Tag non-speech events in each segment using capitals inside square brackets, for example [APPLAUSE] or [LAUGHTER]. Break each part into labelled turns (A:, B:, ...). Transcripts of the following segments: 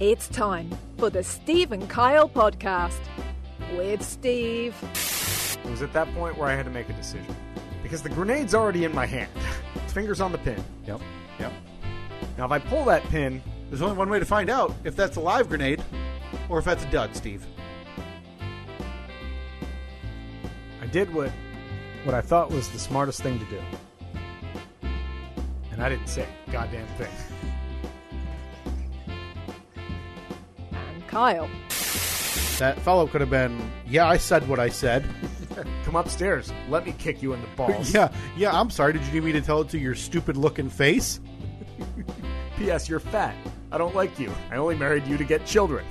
A: It's time for the Steve and Kyle podcast with Steve.
B: It was at that point where I had to make a decision because the grenade's already in my hand. [LAUGHS] It's fingers on the pin.
C: Yep. Yep.
B: Now, if I pull that pin,
C: There's only one way to find out if that's a live grenade or if that's a dud, Steve.
B: I did what what I thought was the smartest thing to do, and I didn't say a goddamn thing.
A: And Kyle.
D: That follow up could have been, yeah, I said what I said.
B: Come upstairs. Let me kick you in the [LAUGHS] balls.
D: [LAUGHS] Yeah, yeah, I'm sorry. Did you need me to tell it to your stupid looking face?
B: P.S. You're fat. I don't like you. I only married you to get children.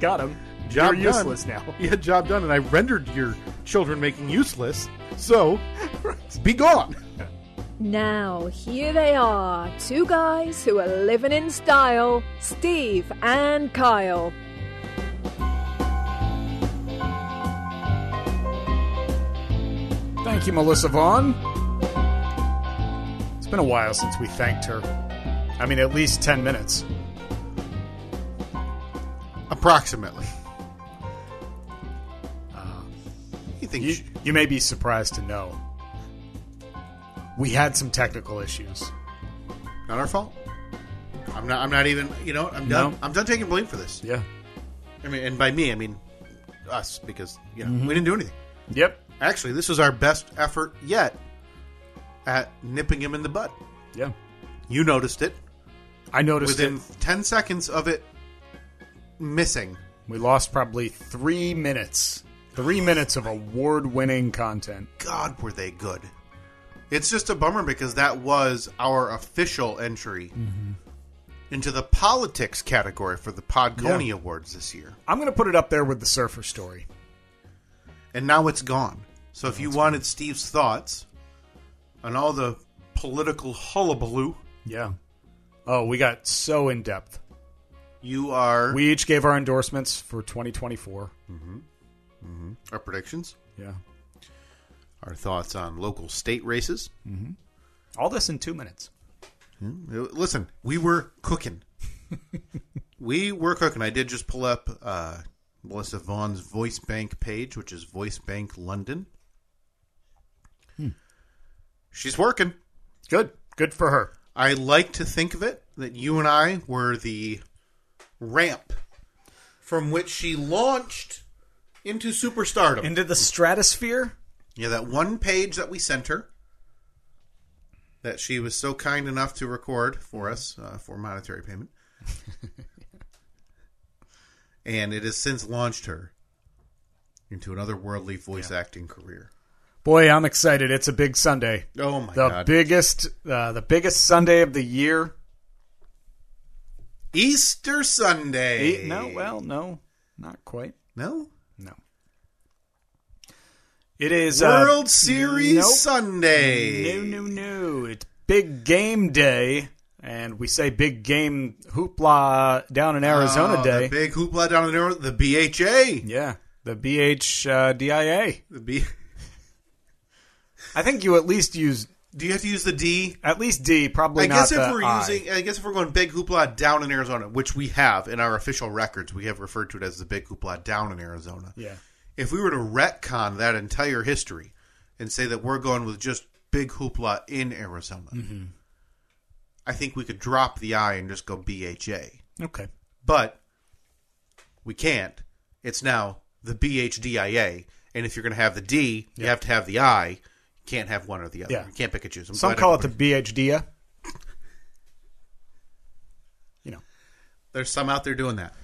B: Got him.
D: Job
B: You're
D: done.
B: useless now.
D: [LAUGHS] Yeah, job done. And I rendered your children making useless. So, [LAUGHS] be gone.
A: Now, here they are two guys who are living in style Steve and Kyle.
B: [LAUGHS] Thank you, Melissa Vaughn. It's been a while since we thanked her. I mean, at least 10 minutes.
D: Approximately. Uh, you think
B: You, you may be surprised to know we had some technical issues.
D: not our fault? I'm not. I'm not even. You know, I'm done.
B: No.
D: I'm done taking blame for this.
B: Yeah.
D: I mean, and by me, I mean us because you know we didn't do anything.
B: Yep.
D: Actually, this was our best effort yet at nipping him in the bud.
B: Yeah.
D: You noticed it.
B: I noticed
D: within
B: it.
D: 10 seconds of it missing.
B: We lost probably three minutes. Three minutes of award winning content.
D: God, were they good. It's just a bummer because that was our official entry into the politics category for the Podconey
B: Yeah.
D: Awards this year.
B: I'm going to put it up there with the surfer story.
D: And now it's gone. So if you wanted Steve's thoughts on all the political hullabaloo,
B: Yeah. Oh, we got so in depth.
D: you are
B: We each gave our endorsements for 2024.
D: our predictions,
B: Yeah.
D: our thoughts on local state races.
B: All this in two minutes.
D: Mm-hmm. Listen, we were cooking. we were cooking. I did just pull up uh, Melissa Vaughn's Voice Bank page, which is Voice Bank London. She's working.
B: Good. Good for her.
D: I like to think of it that you and I were the ramp from which she launched into superstardom.
B: Into the stratosphere?
D: yeah, that one page that we sent her that she was so kind enough to record for us uh, for monetary payment. [LAUGHS] and it has since launched her into another worldly voice acting career.
B: Boy, I'm excited. It's a big Sunday.
D: Oh my
B: the
D: god.
B: biggest uh, the biggest Sunday of the year.
D: Easter Sunday.
B: Eight, no, well, no. Not quite.
D: No?
B: No. It is uh,
D: World Series
B: nope.
D: Sunday.
B: No, no, no. It's big game day and we say big game hoopla down in Arizona
D: Oh,
B: day.
D: The big hoopla down in Arizona. The BHA.
B: yeah. The uh, BHDIA.
D: The B-
B: I think you at least use
D: Do you have to use the D?
B: at least D, probably
D: I
B: not
D: guess if
B: the
D: we're
B: I.
D: using, I guess if we're going big hoopla down in Arizona, which we have in our official records, we have referred to it as the big hoopla down in Arizona.
B: Yeah.
D: If we were to retcon that entire history and say that we're going with just big hoopla in Arizona,
B: Mm-hmm.
D: I think we could drop the I and just go BHA.
B: Okay.
D: But we can't. It's now the BHDIA, and if you're going to have the D, you have to have the I. You can't have one or the other.
B: Yeah.
D: You can't pick and choose. I'm
B: Some
D: glad
B: call it the
D: everybody-
B: BHDIA. You know,
D: There's some out there doing that.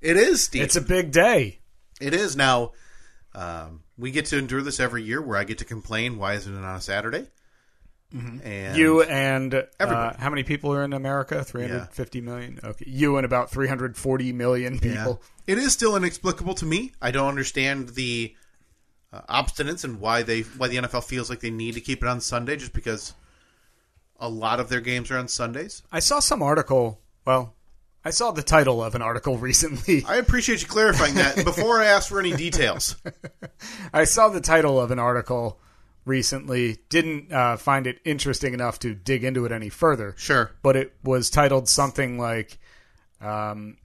D: It is, Steve.
B: it's a big day.
D: It is now. Um, we get to endure this every year, where I get to complain. Why isn't it on a Saturday? And
B: Mm-hmm. You and uh,
D: Everybody.
B: how many people are in America? Three hundred fifty million. Okay, you and about three hundred forty million
D: Yeah.
B: people.
D: uh, It is still inexplicable to me. I don't understand the uh, obstinance and why they why the NFL feels like they need to keep it on Sunday, just because a lot of their games are on Sundays.
B: I saw some article. Well, I saw the title of an article [LAUGHS] recently.
D: I appreciate you clarifying that before I ask for
B: [LAUGHS]
D: any details.
B: I saw the title of an article recently. Didn't uh, find it interesting enough to dig into it any further.
D: Sure.
B: but it was titled something like um,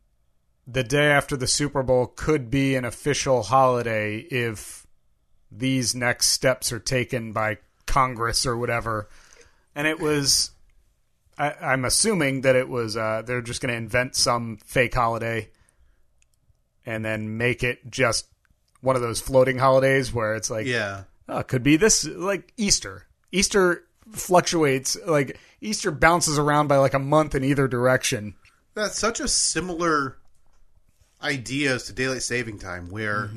B: the day after the Super Bowl could be an official holiday if these next steps are taken by Congress or whatever. And it was, I, I'm assuming that it was, uh, they're just going to invent some fake holiday and then make it just one of those floating holidays where it's like,
D: Yeah.
B: Oh, it could be this like Easter. Easter fluctuates like Easter bounces around by like a month in either direction.
D: That's such a similar idea as to daylight saving time, where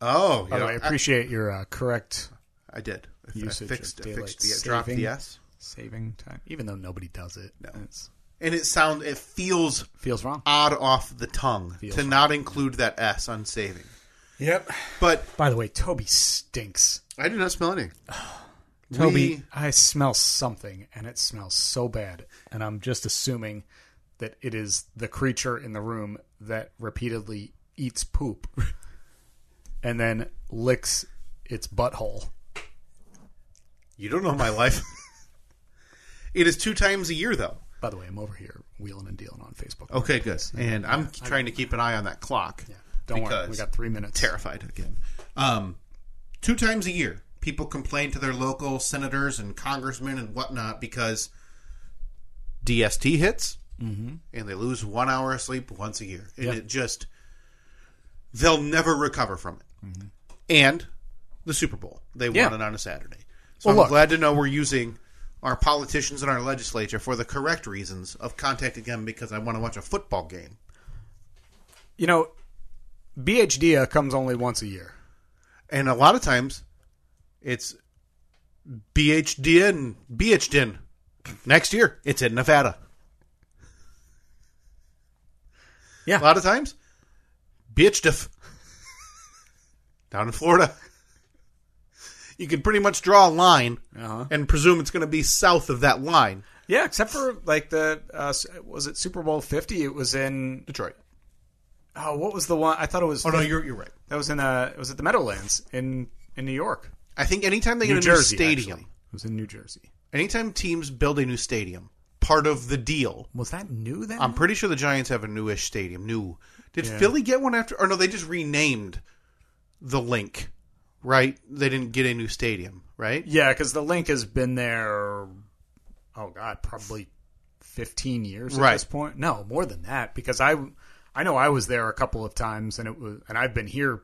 D: oh, you
B: By the
D: know,
B: way, Mm-hmm. I
D: I,
B: appreciate your uh, correct
D: I did. I- I
B: Usage of
D: fixed, I
B: daylight
D: fixed the dropped
B: saving.
D: the S,
B: saving time, even though nobody does it. No,
D: and it sound it feels
B: feels wrong.
D: odd off the tongue
B: Feels
D: to not include that S on saving.
B: Yep.
D: But
B: By the way, Toby stinks.
D: I did not smell any. We-
B: I smell something, and it smells so bad, and I'm just assuming that it is the creature in the room that repeatedly eats poop [LAUGHS] and then licks its butthole.
D: you don't know my life. [LAUGHS] it is two times a year though.
B: By the way, I'm over here wheeling and dealing on Facebook.
D: Okay, good. And I'm trying to keep an eye on that clock.
B: Don't worry,
D: because-
B: we got three minutes.
D: terrified again. Um, two times a year, people complain to their local senators and congressmen and whatnot because DST hits
B: Mm-hmm.
D: and they lose one hour of sleep once a year. And it just, they'll never recover from it. And the Super Bowl, they
B: Mm-hmm. Yeah.
D: won it on a Saturday. So
B: Well,
D: I'm
B: look.
D: glad to know we're using our politicians and our legislature for the correct reasons of contacting them because I want to watch a football game.
B: You know, BHD comes only once a year.
D: and a lot of times it's BHDN BHDN. Next year, it's in Nevada.
B: Yeah.
D: a lot of times, BHDF down in Florida. You can pretty much draw a line
B: Uh-huh.
D: and presume it's going to be south of that line.
B: Yeah, except for like the uh, s- was it Super Bowl Fifty? It was in
D: Detroit.
B: oh, what was the one? I thought it was
D: Oh no, you're you're right.
B: that was in uh, was it the Meadowlands in in New York,
D: I think anytime they get
B: New
D: a
B: Jersey?
D: new stadium,
B: actually. it was in New Jersey.
D: anytime teams build a new stadium, part of the deal
B: Was that new then?
D: I'm pretty sure the Giants have a newish stadium. New. Did
B: Yeah.
D: Philly get one after? Or no, they just renamed the link, right? They didn't get a new stadium, right?
B: yeah, because the link has been there. Oh God, probably fifteen years at
D: Right.
B: this point. No, more than that, because I I know I was there a couple of times, and it was and I've been here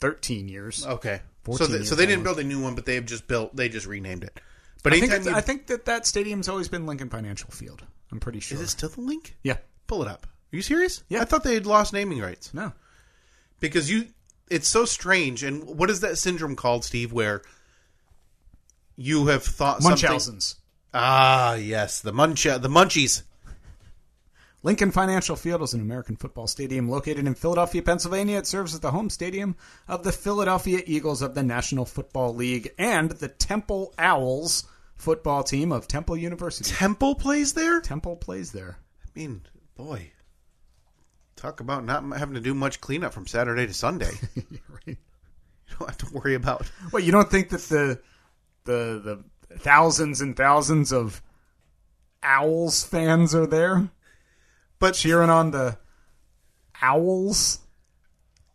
B: thirteen years.
D: Okay. So
B: 14
D: they,
B: years
D: so they didn't build a new one, but they've just built. They just renamed it. But
B: I think,
D: anytime
B: that's-
D: you,
B: I think that that stadium's always been Lincoln Financial Field. I'm pretty sure.
D: is it still the link?
B: yeah.
D: Pull it up. Are you serious?
B: Yeah.
D: I thought they had lost naming rights
B: No.
D: because you. It's so strange. And what is that syndrome called, Steve? Where you have thought something.
B: Munchausen's.
D: Ah, yes, the muncha, the munchies.
B: Lincoln Financial Field is an American football stadium located in Philadelphia, Pennsylvania. It serves as the home stadium of the Philadelphia Eagles of the National Football League and the Temple Owls football team of Temple University. [LAUGHS]
D: Temple plays there.
B: Temple plays there. [LAUGHS]
D: I mean, boy, talk about not m- having to do much cleanup from Saturday to Sunday. [LAUGHS] you
B: right.
D: don't have to worry about.
B: Well, you don't think that the the the thousands and thousands of Owls fans are there
D: But
B: cheering on the Owls?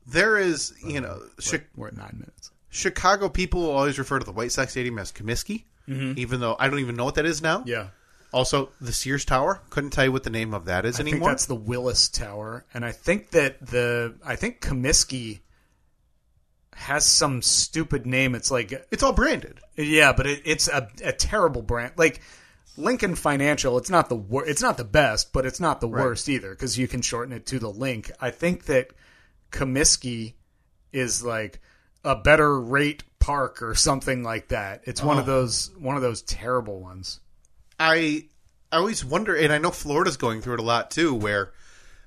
D: there is, you know, Chi-
B: We're at nine minutes.
D: Chicago people always refer to the White Sox Stadium as Comiskey, even though I don't even know what that is now.
B: Mm-hmm. Yeah.
D: Also, the Sears Tower. Couldn't tell you what the name of that is
B: I think
D: anymore.
B: that's the Willis Tower, and I think that the I think Comiskey has some stupid name. It's like
D: It's all branded.
B: yeah, but it, it's a, a terrible brand. Like Lincoln Financial, it's not the wor- it's not the best, but it's not the worst either because you can shorten it to the link. I think that Comiskey is like a better rate park or something like that. It's
D: Oh.
B: one of those one of those terrible ones.
D: I I always wonder, and I know Florida's going through it a lot too, where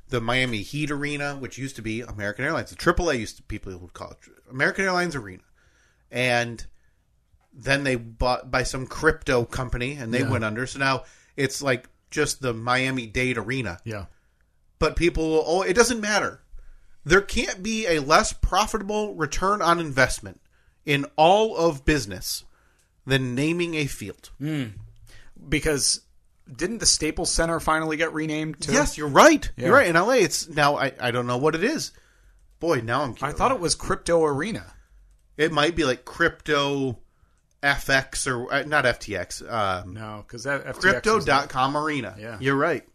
D: the Miami Heat Arena, which used to be American Airlines, the AAA used to people would call it American Airlines Arena, and then they bought by some crypto company, and they went under. So now it's like just the Miami Dade Arena,
B: Yeah.
D: but people will, oh, it doesn't matter. There can't be a less profitable return on investment in all of business than naming a field.
B: because Didn't the Staples Center finally get renamed too?
D: Yes, you're right.
B: Yeah.
D: You're right. In LA, it's now I, I don't know what it is. Boy, now I'm.
B: I thought it was Crypto Arena.
D: it might be like crypto FX or uh, not FTX. Um,
B: No, because that FTX was-
D: crypto.com arena.
B: Yeah.
D: You're right.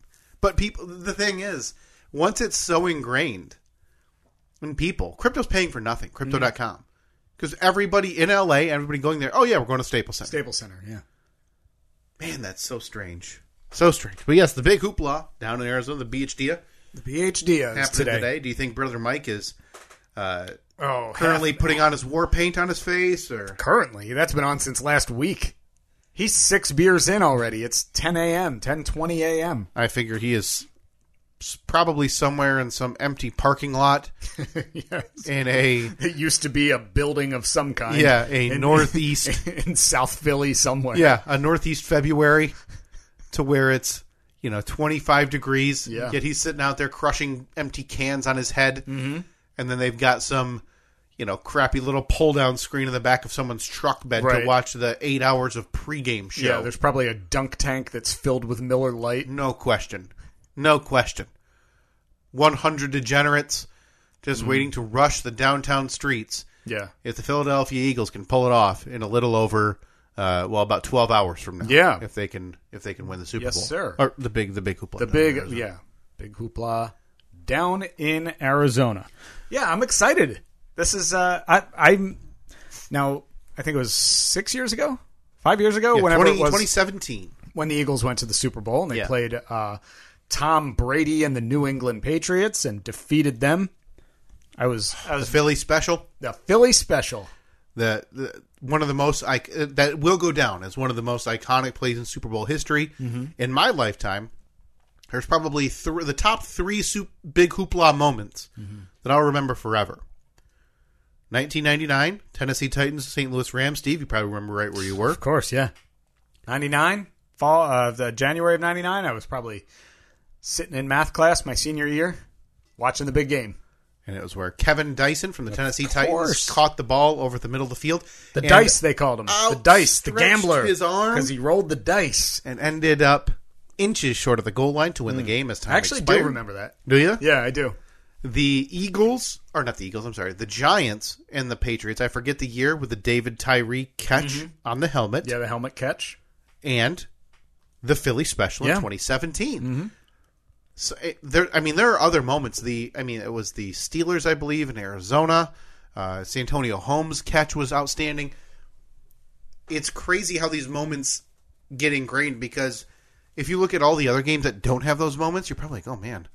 D: But people the thing is, once it's so ingrained in people, crypto's paying for nothing.
B: Mm-hmm.
D: Crypto.com. Because everybody in LA, everybody going there, oh yeah, we're going to Staples Center.
B: Staples Center. Yeah.
D: Man, that's so strange. So strange. But yes, the big hoopla down in Arizona, the BHD
B: The PhD is
D: happened
B: today.
D: today. Do you think Brother Mike is uh,
B: Oh,
D: currently
B: half-
D: putting on his war paint on his face or
B: currently that's been on since last week. He's six beers in already. It's 10 a.m. 10:20 a.m.
D: I figure he is s- probably somewhere in some empty parking lot
B: [LAUGHS] yes. [LAUGHS]
D: in a
B: It used to be a building of some kind.
D: yeah
B: [LAUGHS]
D: a
B: In- [LAUGHS]
D: northeast
B: in South Philly somewhere.
D: yeah a northeast February to where it's you know 25 degrees
B: Yeah.
D: yet he's sitting out there crushing empty cans on his head mm-hmm. and then they've got some you know crappy little pull down screen in the back of someone's truck bed
B: Right.
D: to watch the eight hours of pregame show
B: Yeah, there's probably a dunk tank that's filled with Miller Lite.
D: No question. No question. 100 degenerates just
B: Mm-hmm.
D: waiting to rush the downtown streets
B: Yeah.
D: if the Philadelphia Eagles can pull it off in a little over uh, well about 12 hours from now.
B: Yeah.
D: If they can if they can win the Super
B: Yes,
D: Bowl.
B: sir.
D: Or the big the big hoopla.
B: The big yeah, big hoopla down in Arizona. Yeah, I'm excited. This is uh I I'm now I think it was 6 years ago. 5 years ago
D: yeah,
B: whenever
D: 20,
B: it was
D: 2017.
B: when the Eagles went to the Super Bowl and they
D: Yeah.
B: played uh, Tom Brady and the New England Patriots and defeated them. I was I
D: The
B: was
D: Philly special.
B: the Philly special.
D: the, the uh, one of the most I, that will go down as one of the most iconic plays in Super Bowl history
B: Mm-hmm.
D: in my lifetime. There's probably thr the top three soup, big hoopla moments
B: Mm-hmm.
D: that I'll remember forever. 1999, Tennessee Titans, St. Louis Rams. Steve, you probably remember right where you were.
B: Of course, yeah. 99 fall uh, the January of 99 I was probably sitting in math class my senior year watching the big game.
D: And it was where Kevin Dyson from the Tennessee Titans
B: course.
D: caught the ball over the middle of the field.
B: The
D: and-
B: dice they called him. The dice, the
D: outstretched
B: gambler.
D: his arm.
B: because he rolled the dice.
D: And ended up inches short of the goal line to win the game as time
B: I Mm. actually do
D: expired.
B: remember that.
D: Do you?
B: Yeah, I do.
D: the Eagles, or not the Eagles, I'm sorry, the Giants and the Patriots. I forget the year with the David Tyree catch on the helmet
B: Yeah, the helmet catch.
D: and the Philly special
B: Yeah.
D: in 2017. So it, there, I mean, there are other moments. The, I mean, it was the Steelers, I believe, in Arizona. Uh, Santonio Holmes' catch was outstanding. It's crazy how these moments get ingrained because if you look at all the other games that don't have those moments, you're probably like, oh man,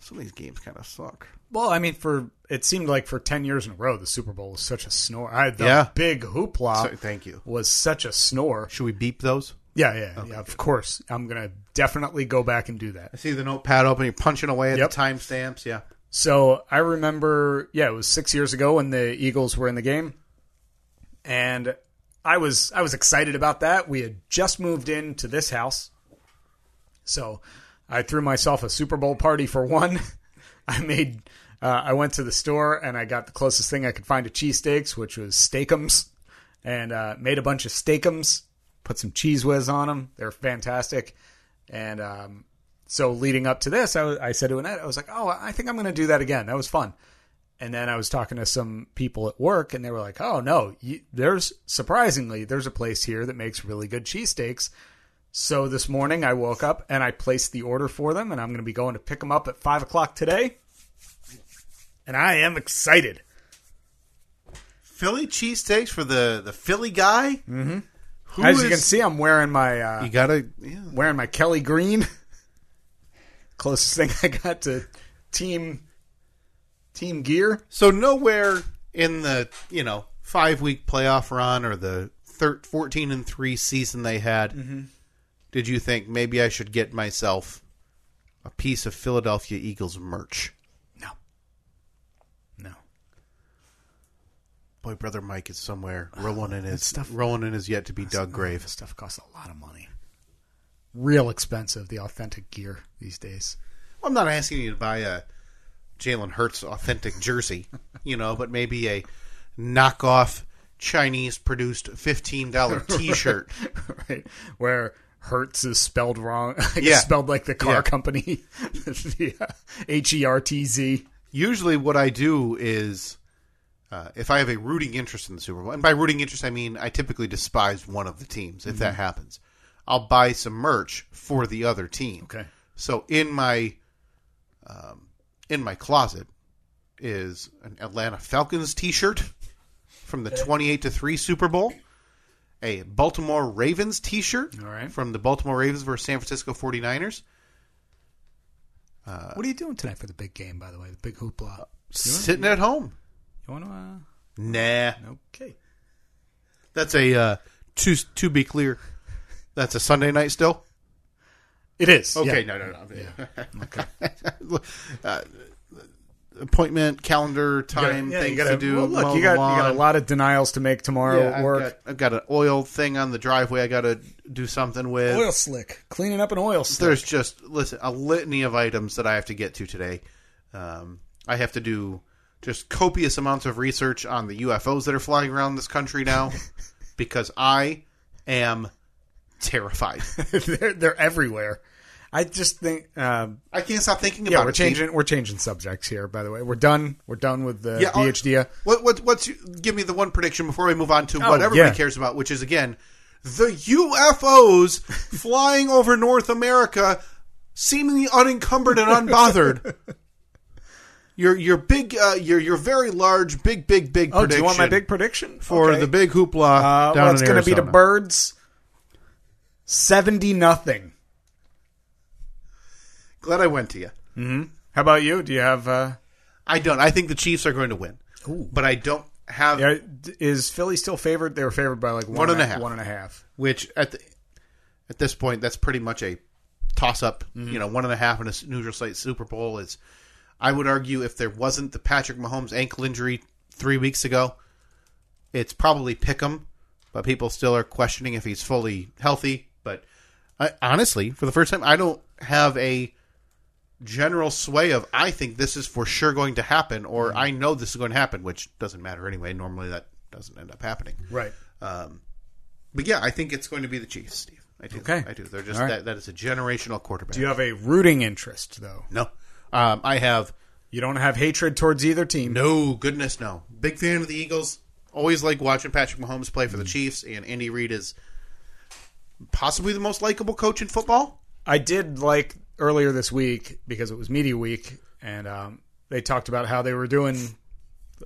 D: some of these games kind of suck.
B: Well, I mean, for it seemed like for ten years in a row, the Super Bowl was such a snore. I, the
D: Yeah.
B: big hoopla
D: So- thank you.
B: was such a snore.
D: Should we beep those?
B: Yeah, yeah, yeah. Of course, I'm gonna definitely go back and do that.
D: I see the notepad open. You're punching away at
B: Yep.
D: the timestamps. Yeah.
B: So I remember, yeah, it was six years ago when the Eagles were in the game, and I was I was excited about that. We had just moved into this house, so I threw myself a Super Bowl party for one. [LAUGHS] I made uh, I went to the store and I got the closest thing I could find to cheesesteaks, which was steakums, and uh, made a bunch of steakums, put some cheese whiz on them. They're fantastic, and um, so leading up to this, I, w- I said to Annette, I was like, "Oh, I think I'm going to do that again. That was fun." And then I was talking to some people at work, and they were like, "Oh no, you, there's surprisingly there's a place here that makes really good cheesesteaks." So this morning I woke up and I placed the order for them, and I'm going to be going to pick them up at five o'clock today. And I am excited.
D: Philly cheesesteaks for the the Philly guy. Mm-hmm.
B: As you can see, I'm wearing my
D: you
B: uh,
D: gotta. Yeah.
B: wearing my Kelly green. [LAUGHS] Closest thing I got to team team gear.
D: So nowhere in the you know five week playoff run or the thir- fourteen and three season they had did you think maybe I should get myself a piece of Philadelphia Eagles merch?
B: No, no.
D: Boy, brother Mike is somewhere rolling [SIGHS] in his
B: stuff-
D: rolling in his yet to be dug grave.
B: This stuff costs a lot of money. Real expensive, the authentic gear these days. [LAUGHS]
D: Well, I'm not asking you to buy a Jalen Hurts authentic jersey, you know, but maybe a knockoff Chinese produced $15 t shirt.
B: right. Where Hertz is spelled wrong. [LAUGHS] like,
D: Yeah.
B: spelled like the car
D: Yeah.
B: company. [LAUGHS] H E R T Z.
D: usually what I do is uh, if I have a rooting interest in the Super Bowl, and by rooting interest I mean I typically despise one of the teams if that happens. I'll buy some merch for the other team.
B: Okay.
D: So in my um, in my closet is an Atlanta Falcons T-shirt from the twenty-eight to three Super Bowl, a Baltimore Ravens T-shirt
B: All right.
D: from the Baltimore Ravens versus San Francisco 49ers. Uh,
B: what are you doing tonight for the big game, by the way? The big hoopla.
D: Sitting at home,
B: You want to? Uh,
D: nah.
B: okay.
D: That's a uh, to to be clear, that's a Sunday night still.
B: It is.
D: Okay,
B: yeah.
D: no, no, no. [LAUGHS] Uh, appointment calendar time
B: Yeah, you
D: things
B: gotta-
D: to do.
B: well, look,
D: mow
B: you
D: the
B: got you got
D: lawn.
B: a lot of denials to make tomorrow
D: Yeah,
B: at
D: I've
B: work.
D: got, I've got an oil thing on the driveway. I got to do something with.
B: oil slick, cleaning up an oil slick.
D: There's just listen a litany of items that I have to get to today. Um, I have to do just copious amounts of research on the UFOs that are flying around this
B: [LAUGHS]
D: country now, because I am
B: [LAUGHS]
D: terrified.
B: they're they're everywhere. I just think, um,
D: I can't stop thinking about
B: yeah,
D: it.
B: we're
D: Steve.
B: changing we're changing subjects here. By the way, we're done. We're done with the
D: Yeah, I'll-
B: DHDA.
D: What, what, what's give me the one prediction before we move on to what
B: Oh,
D: everybody
B: yeah.
D: cares about, which is again the
B: [LAUGHS]
D: UFOs flying over North America, seemingly unencumbered and
B: [LAUGHS]
D: unbothered. your your big uh, your your very large big big big
B: Oh,
D: prediction
B: do you want my big prediction
D: for
B: Okay.
D: the big hoopla
B: Uh,
D: down
B: well, it's
D: in
B: going to be the
D: Arizona.
B: birds. Seventy nothing.
D: Glad I went to you.
B: How about you? Do you have? Uh,
D: I don't. I think the Chiefs are going to win, but I don't have
B: yeah, d- is Philly still favored? They were favored by like one,
D: One and a
B: a-
D: half.
B: One and a half.
D: which at the, at this point that's pretty much a toss up. You know, one and a half in a s- neutral site Super Bowl is. I would argue if there wasn't the Patrick Mahomes ankle injury three weeks ago, it's probably Pick'em, but people still are questioning if he's fully healthy. But I, honestly, for the first time, I don't have a general sway of I think this is for sure going to happen, or I know this is going to happen, which doesn't matter anyway. Normally, that doesn't end up happening.
B: Right.
D: But yeah, I think it's going to be the Chiefs, Steve. I do.
B: Okay.
D: I do. They're just
B: All right.
D: that, that is a generational quarterback.
B: Do you have a rooting interest though?
D: no. Um, I have
B: You don't have hatred towards either team.
D: no goodness no. Big fan of the Eagles. Always like watching Patrick Mahomes play
B: Mm.
D: for the Chiefs and Andy Reid is possibly the most likable coach in football.
B: I did like earlier this week because it was media week, and um, they talked about how they were doing,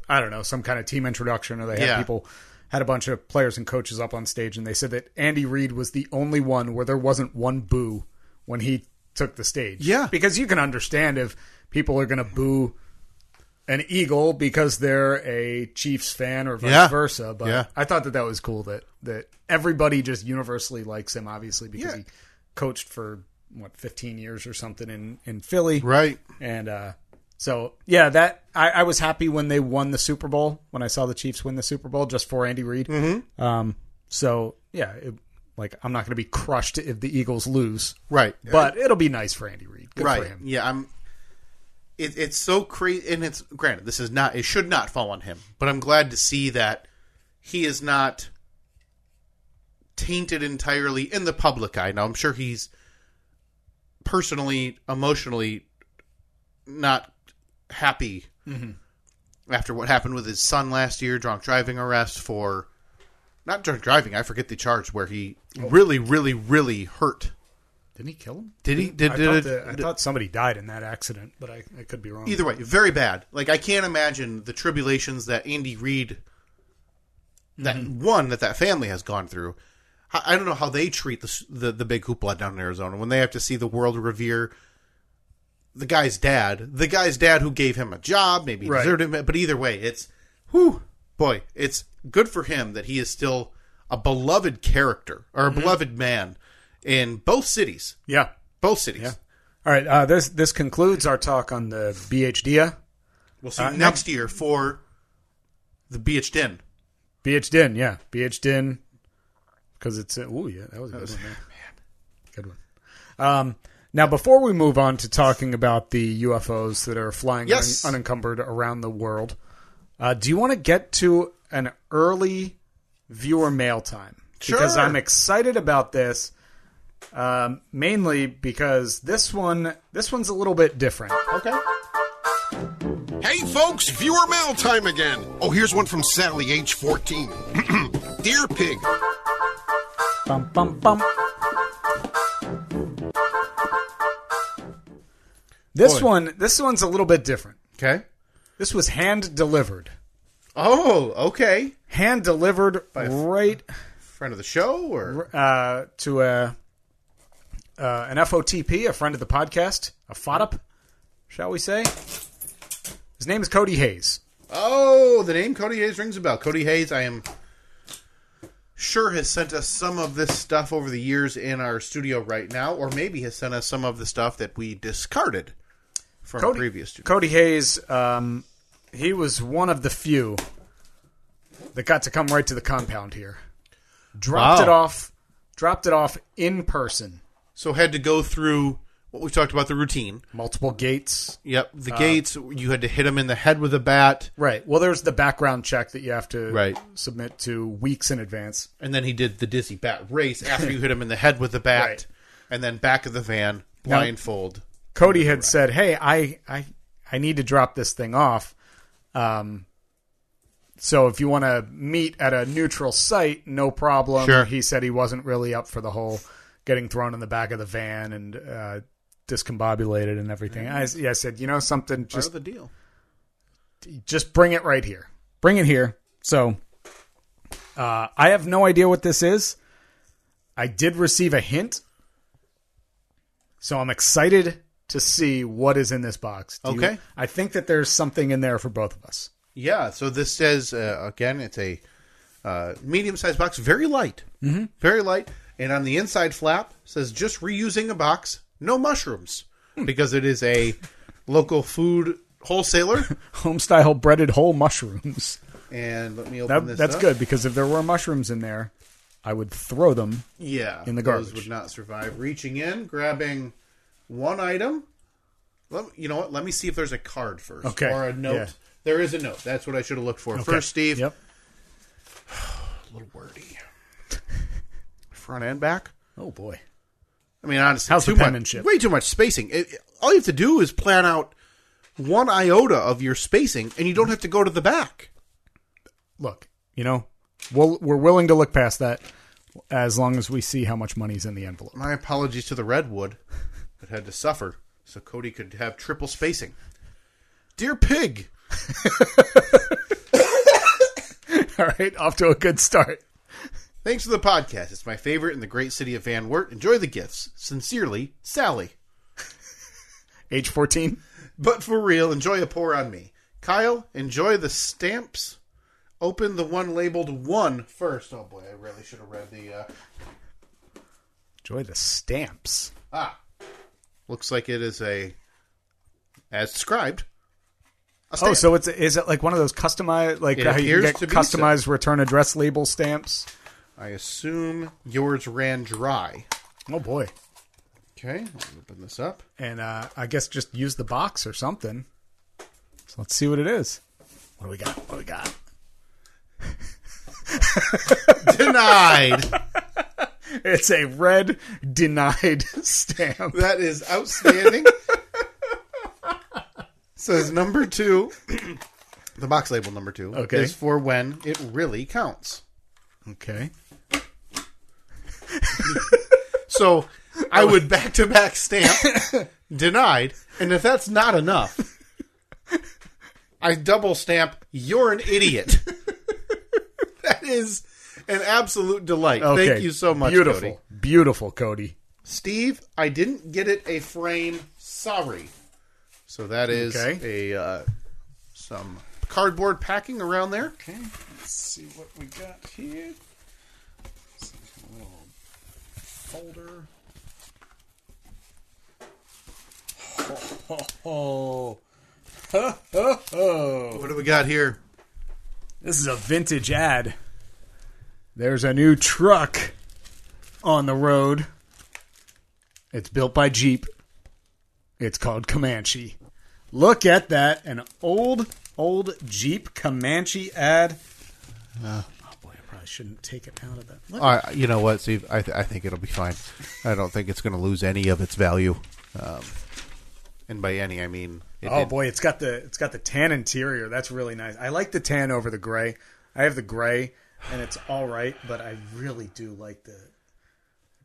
B: I don't know, some kind of team introduction, or they had
D: Yeah.
B: people had a bunch of players and coaches up on stage, and they said that Andy Reid was the only one where there wasn't one boo when he took the stage.
D: Yeah.
B: because you can understand if people are going to boo an eagle because they're a Chiefs fan or vice
D: Yeah.
B: versa. But
D: Yeah.
B: I thought that that was cool that that everybody just universally likes him, obviously because
D: Yeah.
B: he coached for what 15 years or something in in Philly,
D: Right.
B: And uh, so yeah, that I, I was happy when they won the Super Bowl when I saw the Chiefs win the Super Bowl just for Andy Reid.
D: Mm-hmm.
B: Um, so yeah, it, like I'm not going to be crushed if the Eagles lose,
D: Right.
B: but it'll be nice for Andy Reid. Good
D: right.
B: for him.
D: Yeah, I'm. It, it's so crazy, and it's granted this is not. It should not fall on him, but I'm glad to see that he is not tainted entirely in the public eye. Now I'm sure he's personally, emotionally, not happy
B: Mm-hmm.
D: after what happened with his son last year, drunk driving arrest for not drunk driving. I forget the charge where he
B: Oh.
D: really, really, really hurt.
B: Didn't he kill him?
D: Did he? Did,
B: I,
D: did
B: thought
D: it-
B: that- I thought somebody died in that accident, but I, I could be wrong.
D: either way, very bad. Like I can't imagine the tribulations that Andy Reid, that
B: Mm-hmm.
D: one that that family has gone through. I I don't know how they treat the, s- the the big hoopla down in Arizona when they have to see the world revere the guy's dad, the guy's dad who gave him a job, maybe
B: Right.
D: deserved him, but either way, it's whew, boy, it's good for him that he is still a beloved character or
B: Mm-hmm.
D: a beloved man in both cities,
B: Yeah.
D: both cities.
B: All right. Uh, this this concludes our talk on the BHDIA.
D: We'll see you next year for the Beach Den.
B: BHDIN, yeah. BHDIN. Because it's. Oh, yeah. That was a good one. Man. Good one. Um, now, before we move on to talking about the UFOs that are flying
D: Yes.
B: un- unencumbered around the world, uh, do you want to get to an early viewer mail time? Because
D: Sure.
B: I'm excited about this. um, mainly because this one this one's a little bit different.
D: Okay.
E: Hey folks, viewer mail time again. Oh, here's one from Sally, age [CLEARS THROAT] 14. Dear Pig,
F: Bum, bum, bum.
B: This
D: Boy.
B: one this one's a little bit different.
D: Okay.
B: This was hand delivered.
D: Oh, okay.
B: Hand delivered right
D: Friend of the show, or
B: uh, to a uh, an FOTP, a friend of the podcast, a FOTP, shall we say? His name is Cody Hayes.
D: oh, the name Cody Hayes rings a bell. Cody Hayes, I am sure has sent us some of this stuff over the years in our studio right now, or maybe has sent us some of the stuff that we discarded from
B: Cody,
D: previous studio.
B: Cody Hayes, um, he was one of the few that got to come right to the compound here. Dropped
D: Wow.
B: it off, dropped it off in person.
D: so had to go through what we talked about the routine.
B: Multiple gates.
D: Yep, the
B: Uh-huh.
D: gates. You had to hit him in the head with a bat,
B: Right. Well, there's the background check that you have to
D: Right.
B: submit to weeks in advance.
D: and then he did the dizzy bat
B: [LAUGHS]
D: race after you hit him in the head with the bat,
B: Right.
D: and then back of the van blindfold.
B: Cody had said, "Hey, I, I, I need to drop this thing off. Um, so if you want to meet at a neutral site, no problem."
D: Sure.
B: He said he wasn't really up for the whole getting thrown in the back of the van and uh, discombobulated and everything. I, I said, "You know something? Just
D: the deal.
B: just bring it right here. Bring it here. So uh, I have no idea what this is. I did receive a hint. So I'm excited to see what is in this box. Do you-
D: Okay.
B: I think that there's something in there for both of us.
D: Yeah, so this says uh, again, it's a uh, medium-sized box, very light, mm-hmm. very light, and on the inside flap says just reusing a box, no mushrooms,
B: Hmm.
D: because it is a local food
B: [LAUGHS]
D: wholesaler.
B: Homestyle breaded whole mushrooms.
D: And let me open
B: That,
D: this.
B: that's
D: up.
B: good because if there were mushrooms in there, I would throw them.
D: Yeah,
B: in the
D: those
B: garbage.
D: would not survive. Reaching in, grabbing one item. Let, you know what? Let me see if there's a card first,
B: Okay,
D: or a note.
B: yeah.
D: There is a note. That's what I should have looked for
B: Okay.
D: first, Steve.
B: Yep.
D: A little wordy. [LAUGHS] Front and back.
B: Oh boy.
D: I mean, honestly,
B: How's
D: too
B: the
D: much-
B: penmanship?
D: way too much spacing. It, it- all you have to do is plan out one iota of your spacing, and you don't have to go to the back.
B: Look, you know, we'll, we're willing to look past that as long as we see how much money's in the envelope.
D: My apologies to the redwood that had to suffer so Cody could have triple spacing. Dear pig.
B: [LAUGHS] All right, off to a good start.
D: Thanks for the podcast. It's my favorite in the great city of Van Wert. Enjoy the gifts. Sincerely, Sally.
B: Age 14.
D: But for real, enjoy a pour on me. Kyle, enjoy the stamps. Open the one labeled one first. Oh boy, I really should have read the. Uh...
B: Enjoy the stamps.
D: Ah, looks like it is a, as described. A
B: Oh,
D: stamp.
B: so it's is it like one of those customized like
D: It
B: how you
D: appears
B: can
D: to
B: get
D: be
B: customized return address label stamps?
D: I assume yours ran dry.
B: Oh boy.
D: Okay, I'll open this
B: [LAUGHS]
D: up.
B: And uh, I guess just use the box or something. So let's see what it is. What do we got? What do we got?
D: Denied.
B: It's a red denied [LAUGHS] stamp.
D: That is
B: [LAUGHS]
D: outstanding. Says number two, [CLEARS THROAT] the box label number two
B: Okay.
D: is for when it really counts.
B: Okay.
D: So I
B: Oh.
D: would back to
B: [LAUGHS]
D: back stamp denied, and if that's not enough, I double stamp. You're
B: [LAUGHS]
D: an idiot. that is an absolute delight.
B: Okay.
D: Thank you so much.
B: Beautiful.
D: Cody.
B: Beautiful, Cody.
D: Steve, I didn't get it a frame. Sorry. So that is
B: Okay.
D: a uh, some cardboard packing around there.
B: Okay. Let's see what we got here. little folder. Oh,
D: Oh, What do we got here?
B: This is a vintage ad. There's a new truck on the road. It's built by Jeep. It's called Comanche. Look at that. An old, old Jeep Comanche ad. Oh, boy, I probably shouldn't take it out of that. What?
D: All right, you know what, Steve? I, th- I think it'll be fine. I don't think it's going to lose any of its value. Um, and by any, I mean it
B: Oh
D: did-
B: boy, it's got the it's got the tan interior. That's really nice. I like the tan over the gray. I have the gray, and it's all right, but I really do like the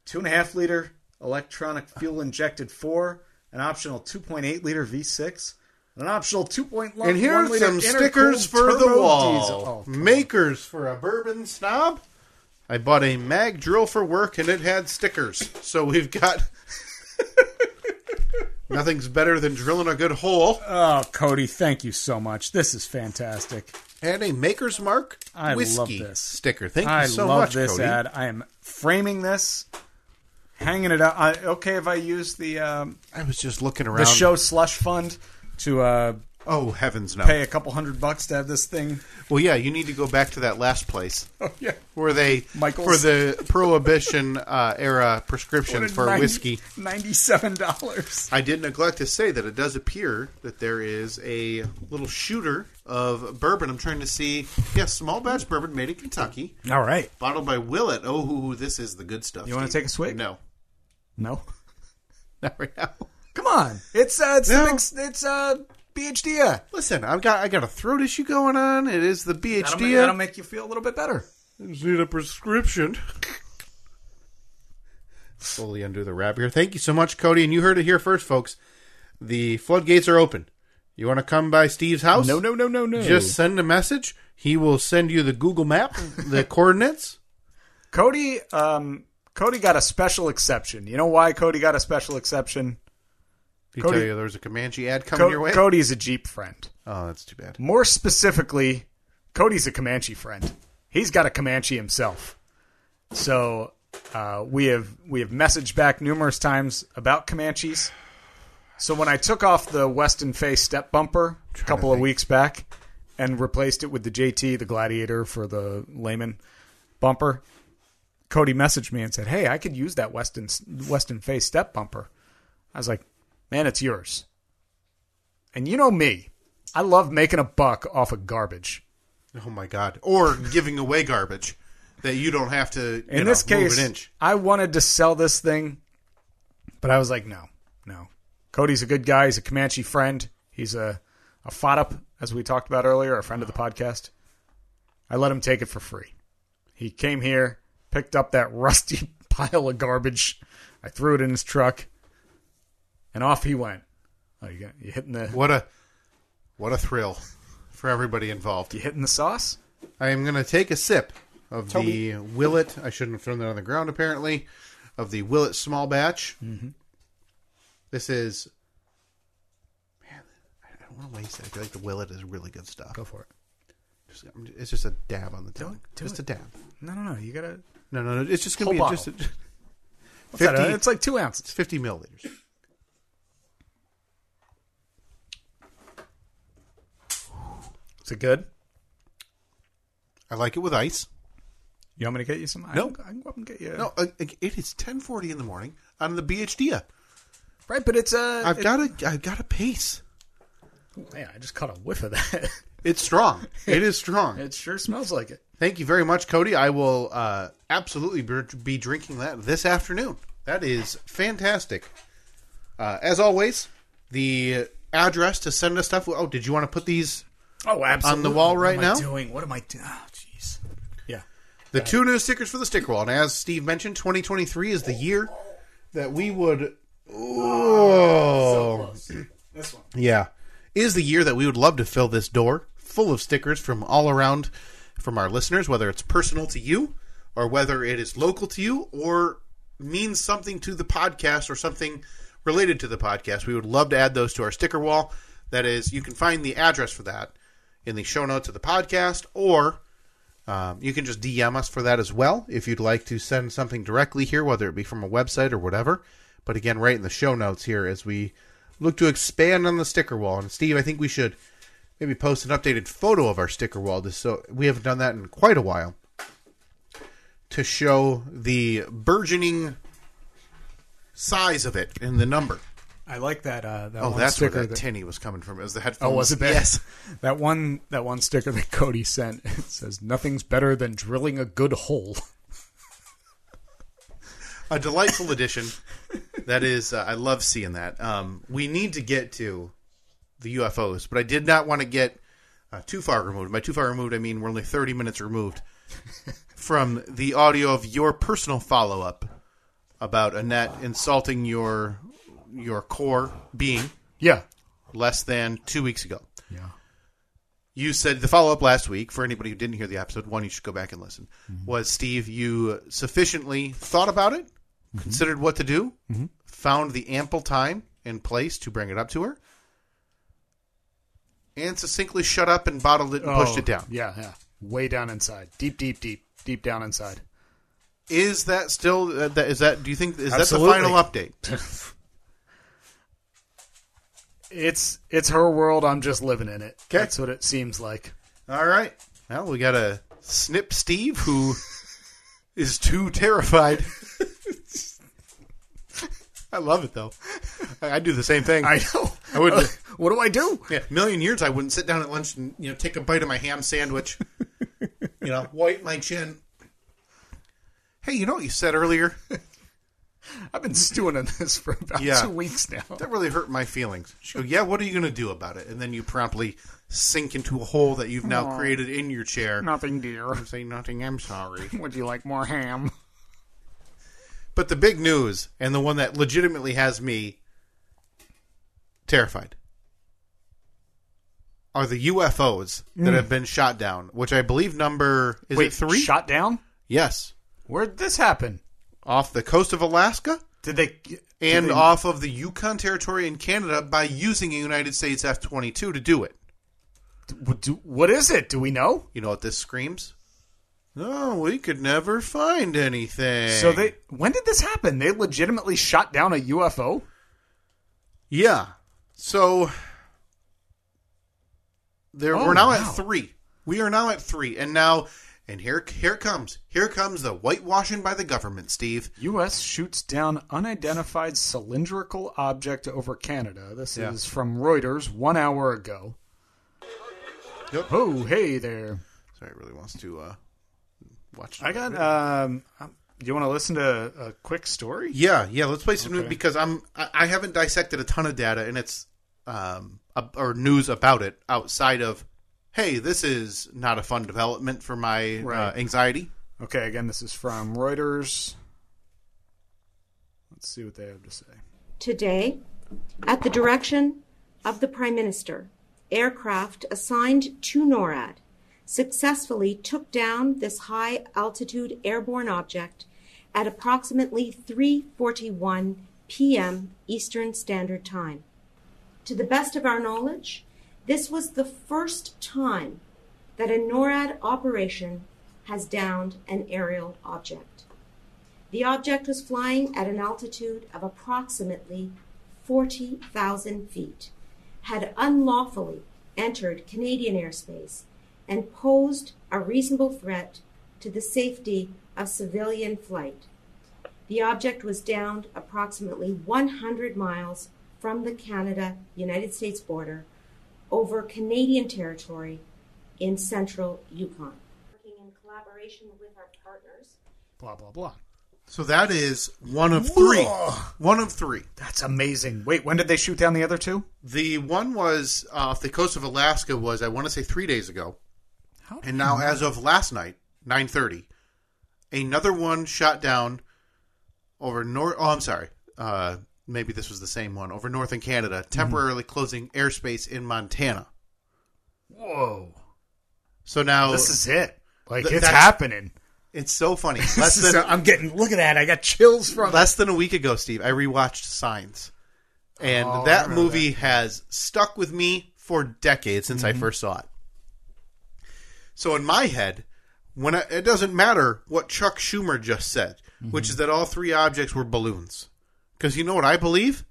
B: two and a half liter electronic fuel injected four, an optional two point eight liter V six, an optional two point one.
D: And here are
B: liter
D: some
B: intercooled
D: stickers for the
B: turbo diesel.
D: wall.
B: Oh,
D: Makers for a bourbon snob. I bought a mag drill for work, and it had stickers. So we've got. [LAUGHS] Nothing's better than drilling a good hole.
B: Oh, Cody, thank you so much. This is fantastic.
D: And a Maker's Mark
B: I
D: whiskey
B: love this.
D: sticker. Thank
B: I
D: you so
B: love
D: much,
B: this
D: Cody.
B: ad. I am framing this, hanging it up. I, okay, if I use the um,
D: I was just looking around.
B: the show slush fund to uh,
D: Oh heavens, no!
B: pay a couple hundred bucks to have this
D: [LAUGHS]
B: thing.
D: Well, yeah, you need to go back to that last place
B: Oh yeah,
D: where they
B: Michael's.
D: for the Prohibition uh, era prescription for whiskey.
B: ninety-seven dollars.
D: I did neglect to say that it does appear that there is a little shooter of bourbon. I'm trying to see. Yes, small batch bourbon made in Kentucky,
B: All right,
D: bottled by Willett. Oh, this is the good stuff.
B: You wanna
D: Steve.
B: take a swig? [LAUGHS]
D: No,
B: no,
D: not right now.
B: come on, it's uh, it's the
D: No.
B: mix, it's uh, BHD.
D: Listen, I've got I got a throat issue going on. It is the
B: That'll,
D: BHD.
B: make, that'll make you feel a little bit better.
D: Just need a prescription. Slowly undo the wrap here. Thank you so much, Cody. And you heard it here first, folks. The floodgates are open. You want to come by Steve's house?
G: No, no, no, no, no.
D: Just send a message. He will send you the Google map, the [LAUGHS] coordinates.
B: Cody, um, Cody got a special exception. You know why Cody got a special exception?
D: He
B: Cody-
D: tell you there's a Comanche ad coming
B: Co-
D: your way.
B: Cody's a Jeep friend.
D: oh, that's too bad.
B: More specifically, Cody's a Comanche friend. He's got a Comanche himself. So uh, we have we have messaged back numerous times about Comanches. So when I took off the Weston Face step bumper a couple of weeks back and replaced it with the JT, the Gladiator for the layman bumper, Cody messaged me and said, "Hey, I could use that Weston Weston Face step bumper." I was like, "Man, it's yours." And you know me, I love making a buck off of garbage.
D: Oh my god. Or giving away garbage that you don't have to. you
B: In
D: know,
B: this
D: move
B: case,
D: an inch.
B: I wanted to sell this thing, but I was like, no, no. Cody's a good guy. He's a Comanche friend. He's a a fought up, as we talked about earlier, a friend of the podcast. I let him take it for free. He came here, picked up that [LAUGHS] rusty pile of garbage. I threw it in his truck, and off he went. Oh, you, got, you hitting the
D: what a what a thrill for everybody involved.
B: you hitting the sauce?
D: I am going to take a sip of the Willet. I shouldn't have thrown that on the ground, apparently. Of the Willet small batch. Mm-hmm. This is. Man, I don't want to waste it. I feel like the Willet is really good stuff.
B: Go for it.
D: Just- I'm ju- It's just a dab on the tongue.
B: do it.
D: just a dab.
B: No, no, no. You gotta.
D: No, no, no. It's just going
B: Whole
D: to be
B: bottle.
D: just a,
B: [LAUGHS] What's that,
D: 50
B: uh, it's like two ounces.
D: it's 50 milliliters.
B: Is it good?
D: I like it with ice.
B: You want me to get you some? I
D: No.
B: can- I can go up and get you.
D: No, uh, it is 10:40 in the morning on the BHD.
B: right, but it's a.
D: I've
B: it-
D: got a I've got a pace.
B: Man, I just caught a whiff of that. [LAUGHS]
D: It's strong. It is strong.
B: it sure smells like it.
D: Thank you very much, Cody. I will uh, absolutely be- be drinking that this afternoon. That is fantastic. Uh, as always, the address to send us stuff. Oh, did you want to put these?
B: Oh, absolutely.
D: wall right
B: what am I
D: now?
B: doing? What am I doing? Oh, jeez. Yeah.
D: The two new stickers for the sticker wall. And as Steve mentioned, 2023 is the year that we would. Oh,
B: [CLEARS THROAT] This one.
D: yeah. Is the year that we would love to fill this door full of stickers from all around from our listeners, whether it's personal to you or whether it is local to you or means something to the podcast or something related to the podcast. We would love to add those to our sticker wall. That is, you can find the address for that in the show notes of the podcast or um, you can just DM us for that as well if you'd like to send something directly here, whether it be from a website or whatever. But again, right in the show notes here as we look to expand on the sticker wall. And Steve, I think we should maybe post an updated photo of our sticker wall just so we haven't done that in quite a while to show the burgeoning size of it and the number.
B: I like that. Uh, that
D: Oh,
B: one
D: that's where
B: sticker
D: that,
B: that.
D: tinny was coming from. It was the headphones.
B: Oh, was it bad?
D: Yes.
B: [LAUGHS] That one, that one sticker that Cody sent [LAUGHS] it says nothing's better than drilling a good hole. [LAUGHS]
D: a delightful addition. That is, uh, I love seeing that. Um, we need to get to the UFOs, but I did not want to get uh, too far removed. By too far removed, I mean we're only 30 minutes removed from the audio of your personal follow up about Annette insulting your your core being
B: Yeah,
D: less than two weeks ago.
B: yeah.
D: You said the follow up last week, for anybody who didn't hear the episode, one, you should go back and listen,
B: Mm-hmm.
D: was Steve, you sufficiently thought about it,
B: Mm-hmm.
D: considered what to do, found the ample time and place to bring it up to her, and succinctly shut up and bottled it and pushed
B: Oh,
D: it down.
B: Yeah, yeah. Way down inside, deep, deep, deep, deep down inside.
D: Is that still, uh, that, is that, do you think, is
B: Absolutely.
D: that the final update?
B: It's it's her world. I'm just living in it. That's what it seems like.
D: All right. Well, we got a snip Steve who [LAUGHS] is too terrified. [LAUGHS] I love it though. I, I do the same thing.
B: [LAUGHS] I know. Uh,
D: I would-
B: what do I do?
D: yeah, million years I wouldn't sit down at lunch and you know take a bite of my ham sandwich. you know, wipe my chin. Hey, you know what you said earlier?
B: I've been stewing on this for about
D: Yeah.
B: two weeks now.
D: That really hurt my feelings. She go, yeah. What are you going to do about it? And then you promptly sink into a hole that you've now created in your chair.
B: Nothing, dear.
D: Say nothing. I'm sorry.
B: Would you like more ham?
D: But the big news, and the one that legitimately has me terrified, are the UFOs that have been shot down, which I believe number is
B: Hmm. Wait,
D: it three?
B: shot down?
D: yes,
B: Where'd this happen?
D: off the coast of Alaska
B: Did they? uh,
D: and off of the Yukon Territory in Canada by using a United States F twenty two to do it.
B: do, what is it? Do we know?
D: You know what this screams? No, we could never find anything.
B: So they. When did this happen? They legitimately shot down a UFO.
D: Yeah. So there
B: Oh,
D: we're now
B: wow.
D: at three. We are now at three, and now and here here it comes here comes the whitewashing by the government, Steve.
B: U.S. shoots down unidentified cylindrical object over Canada. This
D: Yeah.
B: is from Reuters one hour ago.
D: Yep.
B: Oh, hey there.
D: Sorry, it really wants to uh, watch.
B: I got. Um, um, do you want to listen to a quick story?
D: Yeah, yeah. Let's play some news because I'm I, I haven't dissected a ton of data and it's um ab- or news about it outside of hey this is not a fun development for my
B: Right.
D: uh, anxiety.
B: Okay. Again, this is from Reuters. Let's see what they have to say.
G: today, at the direction of the Prime Minister, aircraft assigned to NORAD successfully took down this high altitude airborne object at approximately 3:41 p.m. Eastern Standard Time. To the best of our knowledge, this was the first time that a NORAD operation has downed an aerial object. The object was flying at an altitude of approximately 40,000 feet, had unlawfully entered Canadian airspace, and posed a reasonable threat to the safety of civilian flight. The object was downed approximately 100 miles from the Canada United States border over Canadian territory in central Yukon. Working in collaboration with our partners,
B: Blah blah blah.
D: So that is one of three.
B: Whoa.
D: One of three.
B: That's amazing. Wait, when did they shoot down the other two?
D: The one was uh, off the coast of Alaska was I want to say three days ago, and now as of last night, nine thirty, another one shot down over north. Oh, I'm sorry. Uh, maybe this was the same one over northern
B: Mm-hmm.
D: Canada, temporarily closing airspace in Montana.
B: Whoa.
D: So now
B: Oh, This is it. Like
D: Th-
B: it's
D: that's-
B: happening.
D: it's so funny.
B: [LAUGHS]
D: Less
B: This is-
D: than
B: I'm getting. Look at that. I got chills from.
D: less than a week ago, Steve, I rewatched Signs, and
B: Oh, I
D: that
B: remember
D: movie has stuck with me for decades since
B: Mm-hmm.
D: I first saw it. So in my head, when I, it doesn't matter what Chuck Schumer just said,
B: Mm-hmm.
D: which is that all three objects were balloons, because you know what I believe?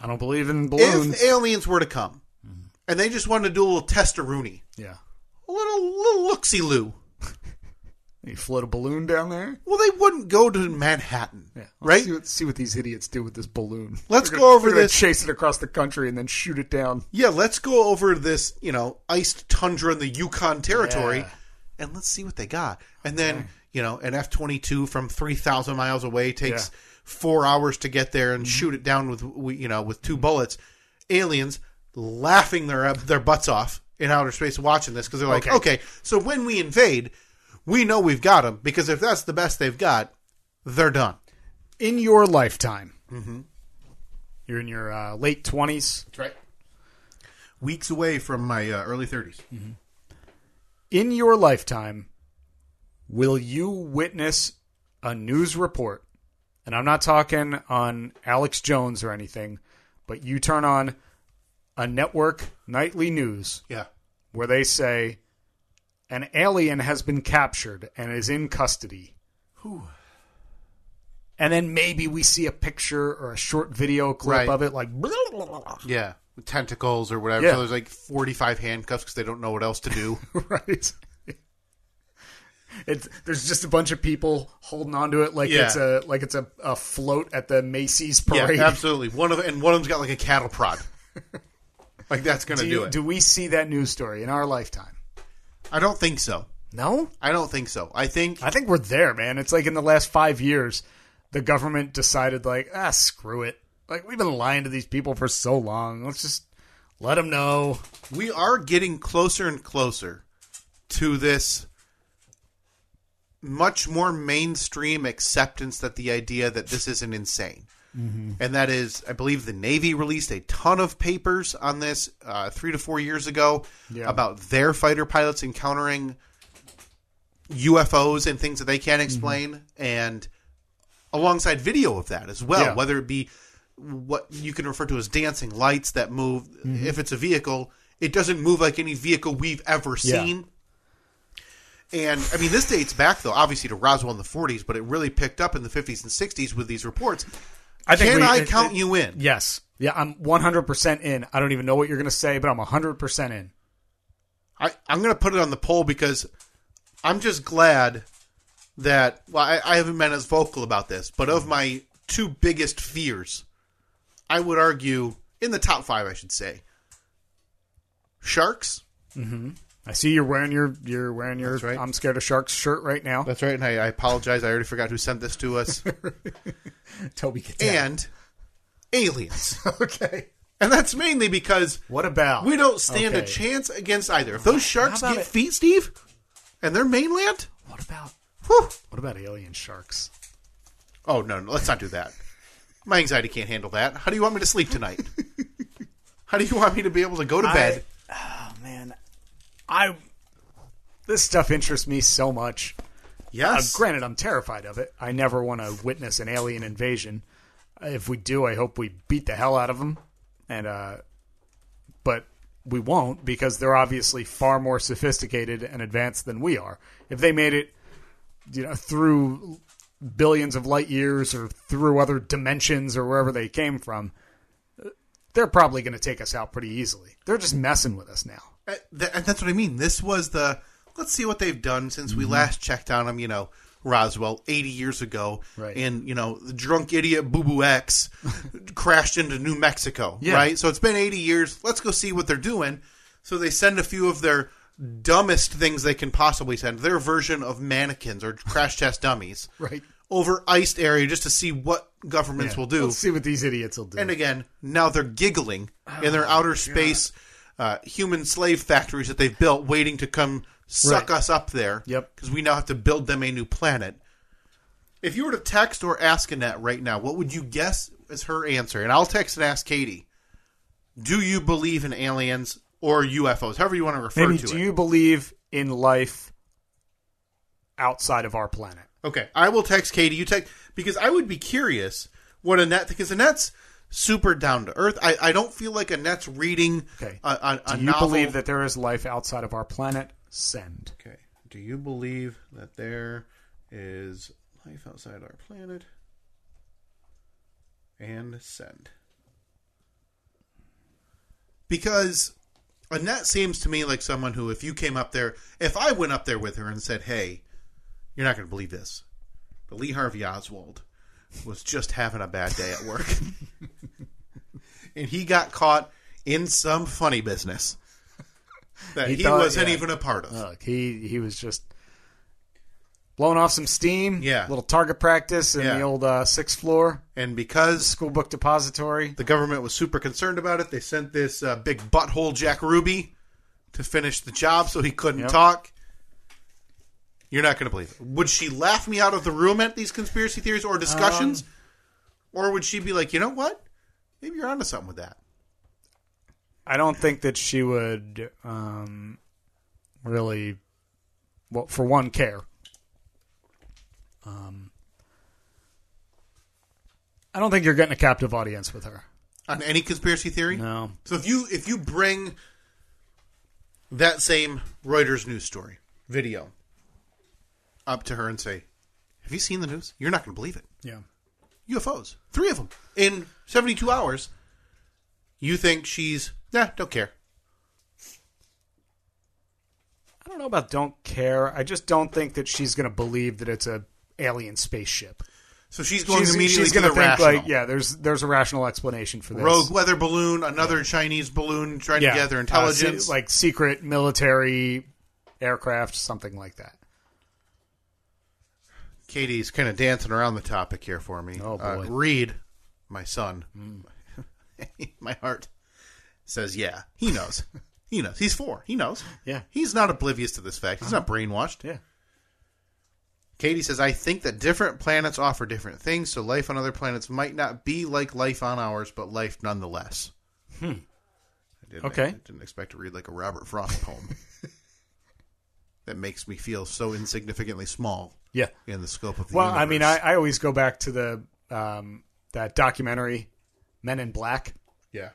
B: I don't believe in balloons. Mm-hmm.
D: If aliens were to come, and they just wanted to do a little testaroonie,
B: yeah.
D: a little little looksy loo,
B: You float a balloon down there.
D: Well, they wouldn't go to Manhattan,
B: Yeah, let's
D: right?
B: See what, see what these idiots do with this balloon.
D: Let's
B: They're
D: go over
B: they're gonna
D: this.
B: Chase it across the country and then shoot it down.
D: Yeah, let's go over this, you know, iced tundra in the Yukon territory
B: Yeah.
D: and let's see what they got. And then, you know, an F 22 from 3,000 miles away takes
B: Yeah.
D: four hours to get there and shoot it down with, we- you know, with two bullets. Aliens laughing their, their butts off in outer space watching this because they're like, okay. so when we invade, we know we've got them because if that's the best they've got, they're done.
B: In your lifetime, you're in your uh, late twenties.
D: That's right.
E: Weeks away from my uh, early 30s.
B: In your lifetime, will you witness a news report? And I'm not talking on Alex Jones or anything, but you turn on a network nightly news
D: Yeah.
B: where they say an alien has been captured and is in custody. And then maybe we see a picture or a short video clip
D: Right.
B: of it, like blah, blah, blah, blah.
D: Yeah, with tentacles or whatever.
B: Yeah.
D: So there's like 45 handcuffs because they don't know what else to do.
B: [LAUGHS] right? It's, there's just a bunch of people holding onto it like
D: Yeah.
B: it's a like it's a, a float at the Macy's
D: [LAUGHS] yeah,
B: parade.
D: absolutely. One of and one of them's got like a cattle [LAUGHS] prod. like that's
B: [LAUGHS]
D: gonna
B: do,
D: do,
B: you-
D: it.
B: do we see that news story in our lifetime?
D: I don't think so.
B: No,
D: I don't think so. I think
B: I think we're there, man. It's like in the last five years, the government decided, like, ah, screw it. Like, we've been lying to these people for so long. Let's just let them know.
D: we are getting closer and closer to this much more mainstream acceptance that the idea that this isn't insane.
B: Mm-hmm.
D: And that is, I believe the Navy released a ton of papers on this uh, three to four years ago
B: Yeah.
D: about their fighter pilots encountering UFOs and things that they
B: Mm-hmm.
D: can't explain, and alongside video of that as well,
B: Yeah.
D: whether it be what you can refer to as dancing lights that move.
B: Mm-hmm.
D: If it's a vehicle, it doesn't move like any vehicle we've ever
B: Yeah.
D: seen. And I mean, this dates back though, obviously to Roswell in the 40s, but it really picked up in the 50s and 60s with these reports.
B: I think
D: Can
B: we-
D: I
B: it-
D: count
B: it-
D: you in?
B: Yes. Yeah, I'm 100% in. I don't even know what you're going to say, but I'm 100% in.
D: I, I'm going to put it on the poll because I'm just glad that well, I, I haven't been as vocal about this, but of my two biggest fears, I would argue in the top five, I should say, sharks.
B: I see you're wearing your you're wearing your
D: That's right.
B: I'm scared of sharks shirt right now.
D: That's right, and I, I apologize. I already forgot who sent this to [LAUGHS] us.
B: Toby gets
D: and aliens,
B: [LAUGHS] okay.
D: and that's mainly because
B: What about
D: we don't stand a
B: Okay.
D: chance against either. If those sharks
B: about
D: get
B: it-
D: feet, Steve, and they're mainland,
B: What about
D: whew,
B: what about alien sharks?
D: Oh no, no, let's not do that. My anxiety can't handle that. How do you want me to
B: [LAUGHS]
D: sleep tonight? How do you want me to be able to go to bed?
B: Oh, Man, I this stuff interests me so much. Uh,
D: yes.
B: granted, I'm terrified of it. I never want to witness an alien invasion. Uh, If we do, I hope we beat the hell out of them. And uh, but we won't because they're obviously far more sophisticated and advanced than we are. If they made it, you know, through billions of light years or through other dimensions or wherever they came from, uh, they're probably going to take us out pretty easily. They're just messing with us now.
D: Uh, th- and that's what I mean. This was the let's see what they've done since
B: Mm-hmm.
D: we last checked on them. You know, Roswell eighty years ago,
B: Right.
D: and you know the drunk idiot Boo
B: [LAUGHS]
D: Boo X crashed into New Mexico,
B: Yeah.
D: right? So it's been eighty years. Let's go see what they're doing. So they send a few of their dumbest things they can possibly send, their version of mannequins or crash test dummies,
B: [LAUGHS] Right.
D: over iced area just to see what governments will do.
B: Let's see what these idiots will do.
D: And again, now they're giggling in
B: Oh,
D: their outer space uh, human slave factories that they've built, waiting to come suck
B: Right.
D: us up there.
B: Yep.
D: Because we now have to build them a new planet. If you were to text or ask Annette right now, what would you guess is her answer? And I'll text and ask Katie. Do you believe in aliens or UFOs? However you want to refer
B: Maybe
D: to
B: do
D: it.
B: you believe in life outside of our planet?
D: Okay, I will text Katie. You text because I would be curious what Annette because Annette's super down to earth. I, I don't feel like Annette's reading
B: Okay.
D: a, a, a
B: do you
D: novel.
B: believe that there is life outside of our planet? Send.
D: Okay, do you believe that there is life outside our planet? And send. Because Annette seems to me like someone who, if you came up there, if I went up there with her and said, "Hey, You're not going to believe this, but Lee Harvey Oswald was just having a bad day at work, [LAUGHS] and he got caught in some funny business that he,
B: He thought-
D: wasn't
B: yeah. Uh,
D: even a part of.
B: Look, he he was just blowing off some steam.
D: Yeah.
B: little target practice in
D: Yeah.
B: the old uh, sixth floor
D: and because
B: school book depository.
D: The government was super concerned about it. They sent this uh, big butthole Jack Ruby to finish the job so he couldn't
B: Yep.
D: talk. You're not going to believe it. Would she laugh me out of the room at these conspiracy theories or discussions?
B: Um,
D: or would she be like, you know what? Maybe you're onto something with that.
B: I don't think that she would um, really, well, for one, care. Um, I don't think you're getting a captive audience with her.
D: On any conspiracy theory?
B: No.
D: So if you if you bring that same Reuters news story video up to her and say, "Have you seen the news? You're not going to believe it."
B: Yeah.
D: UFOs. Three of them in 72 hours. You think she's, nah, don't care.
B: I don't know about don't care. I just don't think that she's going to believe that it's a alien spaceship.
D: So she's going
B: she's
D: immediately
B: she's
D: to
B: gonna
D: the rational.
B: like, yeah, there's there's a rational explanation for this.
D: Rogue weather balloon, another Chinese balloon trying
B: yeah.
D: to gather
B: uh,
D: intelligence.
B: se- like secret military aircraft, something like that.
D: Katie's kind of dancing around the topic here for me.
B: Oh,
D: Uh,
B: boy. Mm.
D: Reed, my son, [LAUGHS] my heart says, yeah,
B: [LAUGHS]
D: he knows. he knows. He's four. He knows.
B: Yeah. Uh-huh.
D: He's not oblivious to this fact. He's not brainwashed.
B: Yeah.
D: Katie says, I think that different planets offer different things, so life on other planets might not be like life on ours, but life nonetheless. Hmm. I didn't,
B: Okay.
D: I didn't expect to read like a Robert Frost poem.
B: [LAUGHS]
D: that makes me feel so insignificantly small
B: Yeah.
D: in the scope of the
B: Well, I mean, I,
D: universe.
B: I always go back to the um, that documentary Men in Black,
D: Yeah.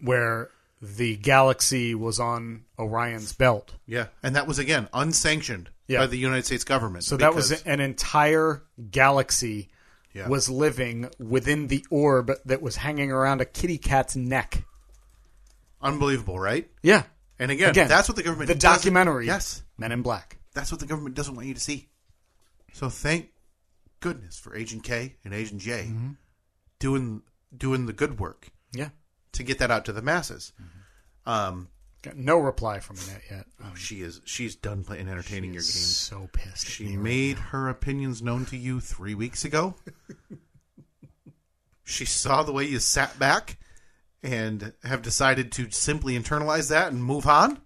B: where the galaxy was on Orion's belt.
D: Yeah. And that was, again, unsanctioned
B: Yeah.
D: by the United States government.
B: So that was
D: because-
B: an entire galaxy
D: Yeah.
B: was living within the orb that was hanging around a kitty cat's neck.
D: unbelievable, right?
B: Yeah.
D: And again,
B: Again,
D: that's what the government
B: The
D: doesn't-
B: documentary,
D: Yes.
B: Men in Black.
D: That's what the government doesn't want you to see. So thank goodness for Agent K and Agent J doing doing the good work
B: Yeah.
D: to get that out to the masses. Um,
B: Got no reply from Annette yet. I'm
D: she is she's done playing entertaining your games.
B: so pissed. at
D: She
B: me.
D: made her opinions known to you three weeks ago. she saw the way you sat back and have decided to simply internalize that and move on.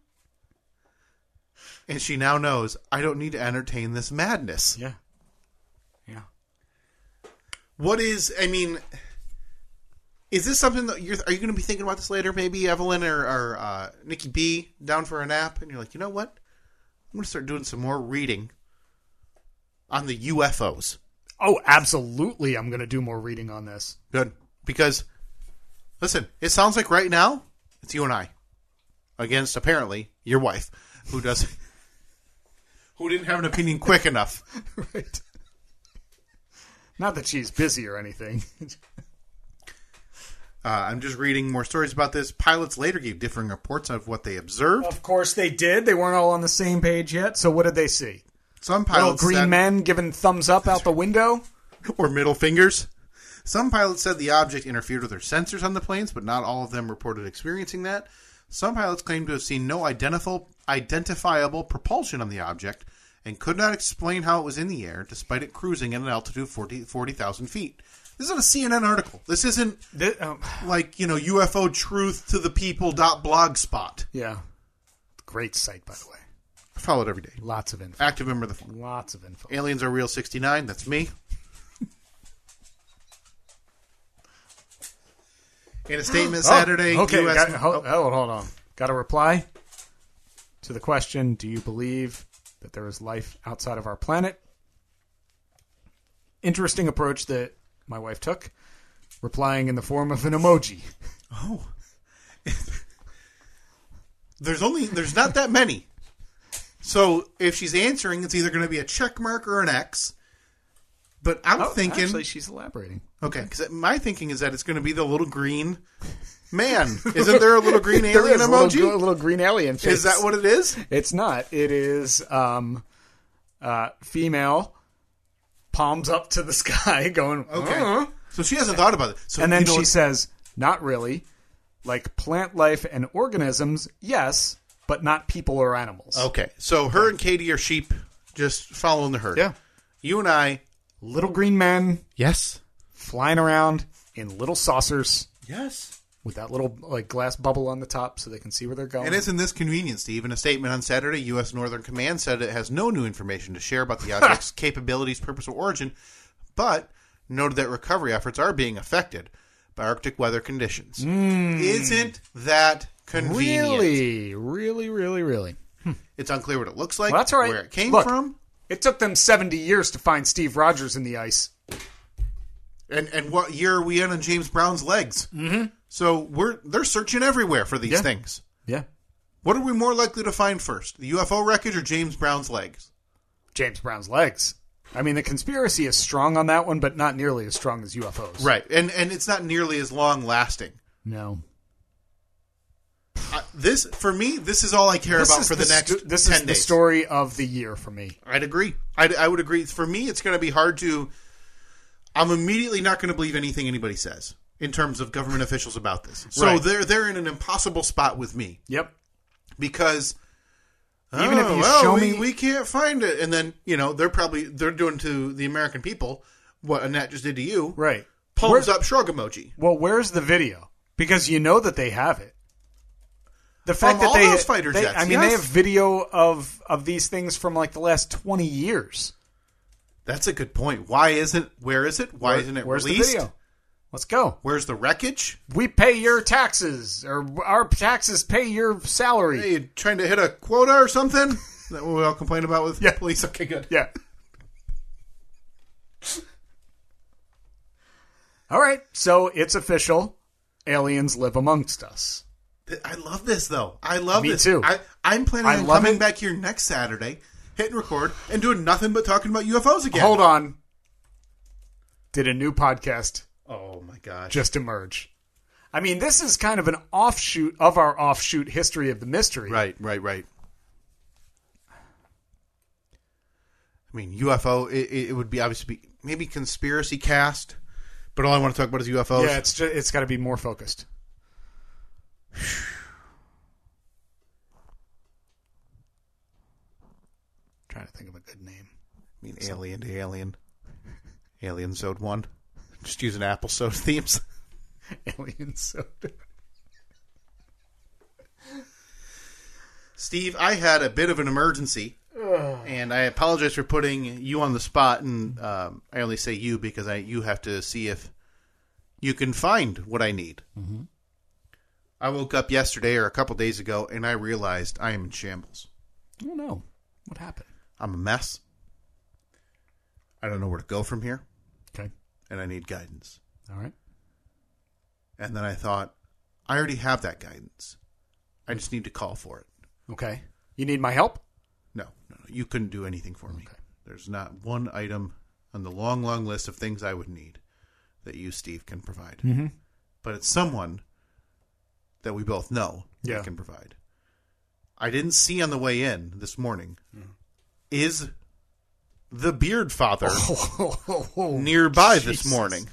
D: And she now knows I don't need to entertain this madness.
B: Yeah. Yeah.
D: What is? I mean, is this something that you're? Are you going to be thinking about this later? Maybe Evelyn or, or uh, Nikki B down for a nap, and you're like, you know what? I'm going to start doing some more reading on the UFOs.
B: Oh, absolutely. I'm going to do more reading on this. [LAUGHS]
D: Good, because listen, it sounds like right now it's you and I against apparently your wife, who does, who didn't have an opinion quick enough.
B: right. Not that she's busy or anything. [LAUGHS]
D: Uh, I'm just reading more stories about this. Pilots later gave differing reports of what they observed.
B: of course they did. They weren't all on the same page yet. So what did they see?
D: Some
B: Little
D: pilots
B: green
D: said-
B: men giving thumbs up out the window.
D: [LAUGHS] or middle fingers. Some pilots said the object interfered with their sensors on the planes, but not all of them reported experiencing that. Some pilots claimed to have seen no identif- identifiable propulsion on the object and could not explain how it was in the air despite it cruising at an altitude of 40 40,000 feet. This isn't a CNN article. This isn't
B: Th- um,
D: like, you know, UFO truth to the people dot blogspot.
B: yeah. Great site, by the way.
D: I follow it every day.
B: Lots of info.
D: Active member of the phone.
B: Lots of info.
D: Aliens are real 69. That's me. In a statement Saturday,
B: Oh, okay.
D: US
B: got- hold, hold- hold on. Got a reply to the question Do you believe that there is life outside of our planet? Interesting approach that my wife took, replying in the form of an emoji.
D: there's only there's not that many. So if she's answering, it's either going to be a check mark or an X. But I'm thinking,
B: Oh, Actually, she's elaborating.
D: okay, because my thinking is that it's going to be the little green man.
B: [LAUGHS]
D: Isn't there a little green alien
B: is a
D: emoji?
B: little, little green alien face.
D: is that what it is?
B: It's not. It is um, uh, female, palms up to the [LAUGHS] sky, going,
D: Okay.
B: "Uh-huh."
D: So she hasn't thought about it. So
B: And then
D: you know
B: she
D: what-
B: says, not really. Like plant life and organisms, yes, but not people or animals.
D: Okay. So her and Katie are sheep just following the herd.
B: Yeah.
D: You and I.
B: Little green men
D: Yes.
B: flying around in little saucers
D: Yes.
B: with that little like glass bubble on the top so they can see where they're going.
D: And isn't this convenient, Steve? In a statement on Saturday, U.S. Northern Command said it has no new information to share
B: [LAUGHS]
D: about the object's capabilities, purpose, or origin, but noted that recovery efforts are being affected by Arctic weather conditions. Isn't that convenient?
B: Hmm. really, really, really, really.
D: It's unclear what it looks like,
B: Well, that's all right.
D: where it came
B: Look.
D: from,
B: It took them 70 years to find Steve Rogers in the ice.
D: and and what year are we in on James Brown's legs. Mm-hmm. So we're they're searching everywhere for these
B: Yeah.
D: things.
B: Yeah.
D: What are we more likely to find first, the UFO wreckage or James Brown's legs?
B: James Brown's legs. I mean, the conspiracy is strong on that one, but not nearly as strong as UFOs.
D: Right, and and it's not nearly as long lasting.
B: No.
D: I, this for me, this is all I care about for the, next
B: sto- this
D: ten
B: is
D: days.
B: the story of the year for me.
D: I'd agree. I'd, I would agree. For me, it's going to be hard to. I'm immediately not going to believe anything anybody says in terms of government officials about this. So
B: Right.
D: they're they're in an impossible spot with me.
B: Yep.
D: because
B: Even if
D: "Oh,
B: you
D: well,
B: show
D: we,
B: me-
D: we can't find it and then you know they're probably they're doing to the american people what annette just did to you
B: Right.
D: palms
B: Where-
D: up shrug emoji
B: Well, where's the video? Because you know that they have it. The fact that
D: From all
B: they,
D: those fighter
B: they-
D: jets,
B: I mean, they
D: yes.
B: have video of of these things from like the last twenty years.
D: that's a good point why isn't where is it why
B: Where-
D: isn't it
B: where's
D: released
B: the video? Let's go.
D: where's the wreckage
B: We pay your taxes, or our taxes pay your salary.
D: are you trying to hit a quota or something that we all complain about with
B: Yeah.
D: police okay good
B: Yeah. All right, so it's official. Aliens live amongst us.
D: Th- I love this though. I love
B: Me
D: this.
B: too.
D: I, I'm planning
B: I
D: on
B: love
D: coming
B: it.
D: back here next Saturday, hitting record, and doing nothing but talking about UFOs again.
B: Hold on. Did a new podcast
D: Oh my gosh.
B: just emerge? I mean, this is kind of an offshoot of our offshoot history of the mystery.
D: Right, right, right. I mean, UFO. It, it it would be obviously be maybe conspiracy cast, but all I want to talk about is UFOs.
B: Yeah, it's just, it's got to be more focused. [SIGHS] Trying to think of a good name. [LAUGHS]
D: I mean, alien to alien, alien zone one. [LAUGHS] Just using Apple Sode [LAUGHS] themes.
B: Alien [LAUGHS] soda.
D: Steve, I had a bit of an emergency, and I apologize for putting you on the spot. And um, I only say you because I you have to see if you can find what I need. Mm-hmm. I woke up yesterday or a couple days ago, and I realized I am in shambles.
B: I don't know what happened.
D: I'm a mess. I don't know where to go from here,
B: Okay.
D: and I need guidance.
B: All right.
D: And then I thought, I already have that guidance. I just need to call for it.
B: Okay. You need my help? [LAUGHS]
D: No, no, no. You couldn't do anything for me.
B: Okay.
D: There's not one item on the long, long list of things I would need that you, Steve, can provide. Mm-hmm. But it's someone that we both know that
B: Yeah.
D: can provide. I didn't see on the way in this morning
B: Mm.
D: is the Beard Father nearby this
B: Oh, Jesus.
D: morning.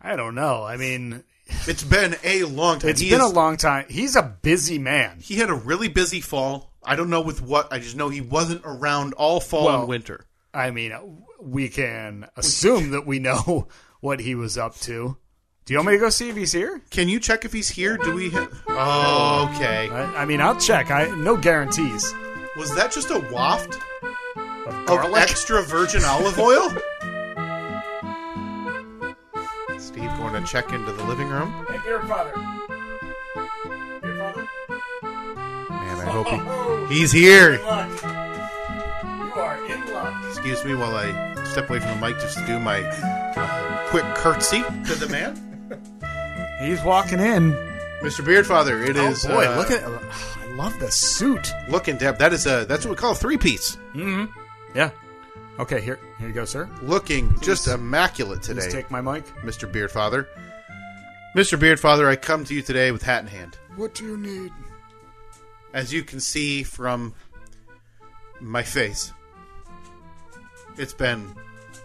B: I don't know. I mean,
D: It's been a long time.
B: it's
D: He
B: been
D: is-
B: a long time. He's a busy man.
D: He had a really busy fall. I don't know with what. I just know he wasn't around all fall
B: Well,
D: and winter.
B: I mean, uh, we can assume that we know [LAUGHS] what he was up to. Do you want me to go see if he's here?
D: Can you check if he's here? Do we? Ha- oh, okay.
B: I, I mean, I'll check. I no guarantees.
D: Was that just a waft of
B: garlic?
D: extra virgin olive oil? Steve going to check into the living room.
B: Hey, beer father. Beer father. Oh,
D: Man, I hope he, [LAUGHS] he's here.
B: luck. You are in luck.
D: Excuse me while I step away from the mic just to do my uh, quick curtsy to the [LAUGHS] man,
B: He's walking in.
D: Mr. Beardfather. It
B: Oh
D: is
B: boy,
D: uh,
B: look at! I love the suit.
D: look in depth. That is a that's what we call a three piece.
B: Yeah. Okay, here here you go, sir.
D: looking just immaculate today,
B: Please take my mic.
D: Mr. Beardfather. Mr. Beardfather, I come to you today with hat in hand.
B: What do you need?
D: As you can see from my face, It's been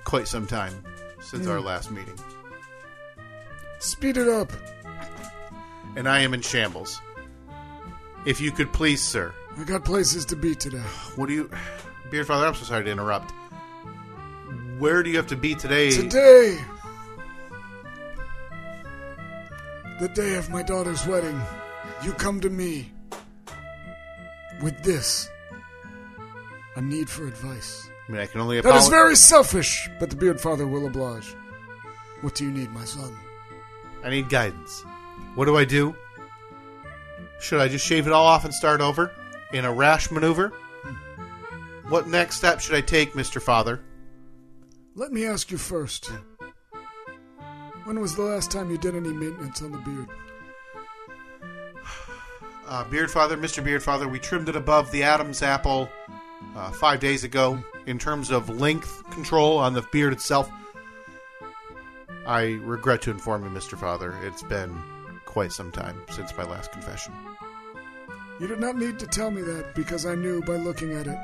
D: quite some time since
B: Mm.
D: our last meeting,
B: Speed it up.
D: and I am in shambles. If you could please, sir,
B: I got places to be today.
D: what do you. Beard Father, I'm so sorry to interrupt. Where do you have to be today?
B: Today, the day of my daughter's wedding, you come to me with this a need for advice.
D: I mean, I can only
B: That is
D: apologize.
B: very selfish, but the Beard Father will oblige. What do you need, my son?
D: I need guidance. What do I do? Should I just shave it all off and start over in a rash maneuver? Hmm. What next step should I take, Mr. Father?
B: Let me ask you first. When was the last time you did any maintenance on the beard?
D: Uh, Beardfather, Mr. Beardfather, we trimmed it above the Adam's apple uh, five days ago in terms of length control on the beard itself. I regret to inform you, Mr. Father, it's been quite some time since my last confession.
B: You did not need to tell me that because I knew by looking at it.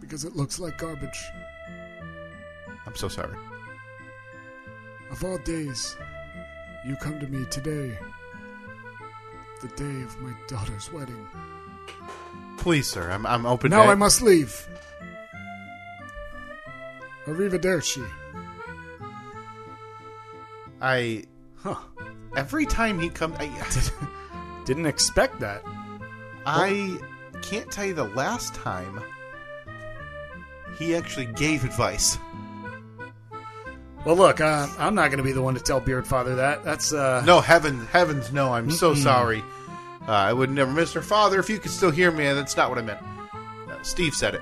B: Because it looks like garbage.
D: I'm so sorry.
B: Of all days, you come to me today, the day of my daughter's wedding.
D: Please, sir, I'm, I'm open
B: now
D: to
B: I must leave. Arrivederci.
D: I
B: Huh.
D: every time he comes, I,
B: Didn't expect that.
D: I can't tell you the last time he actually gave advice.
B: Well, look, uh, I'm not going to be the one to tell Beard Father that. That's, uh.
D: No, heaven, heavens, no! I'm so sorry. Uh, I would never, Mister Father, if you could still hear me. That's not what I meant. No, Steve said it.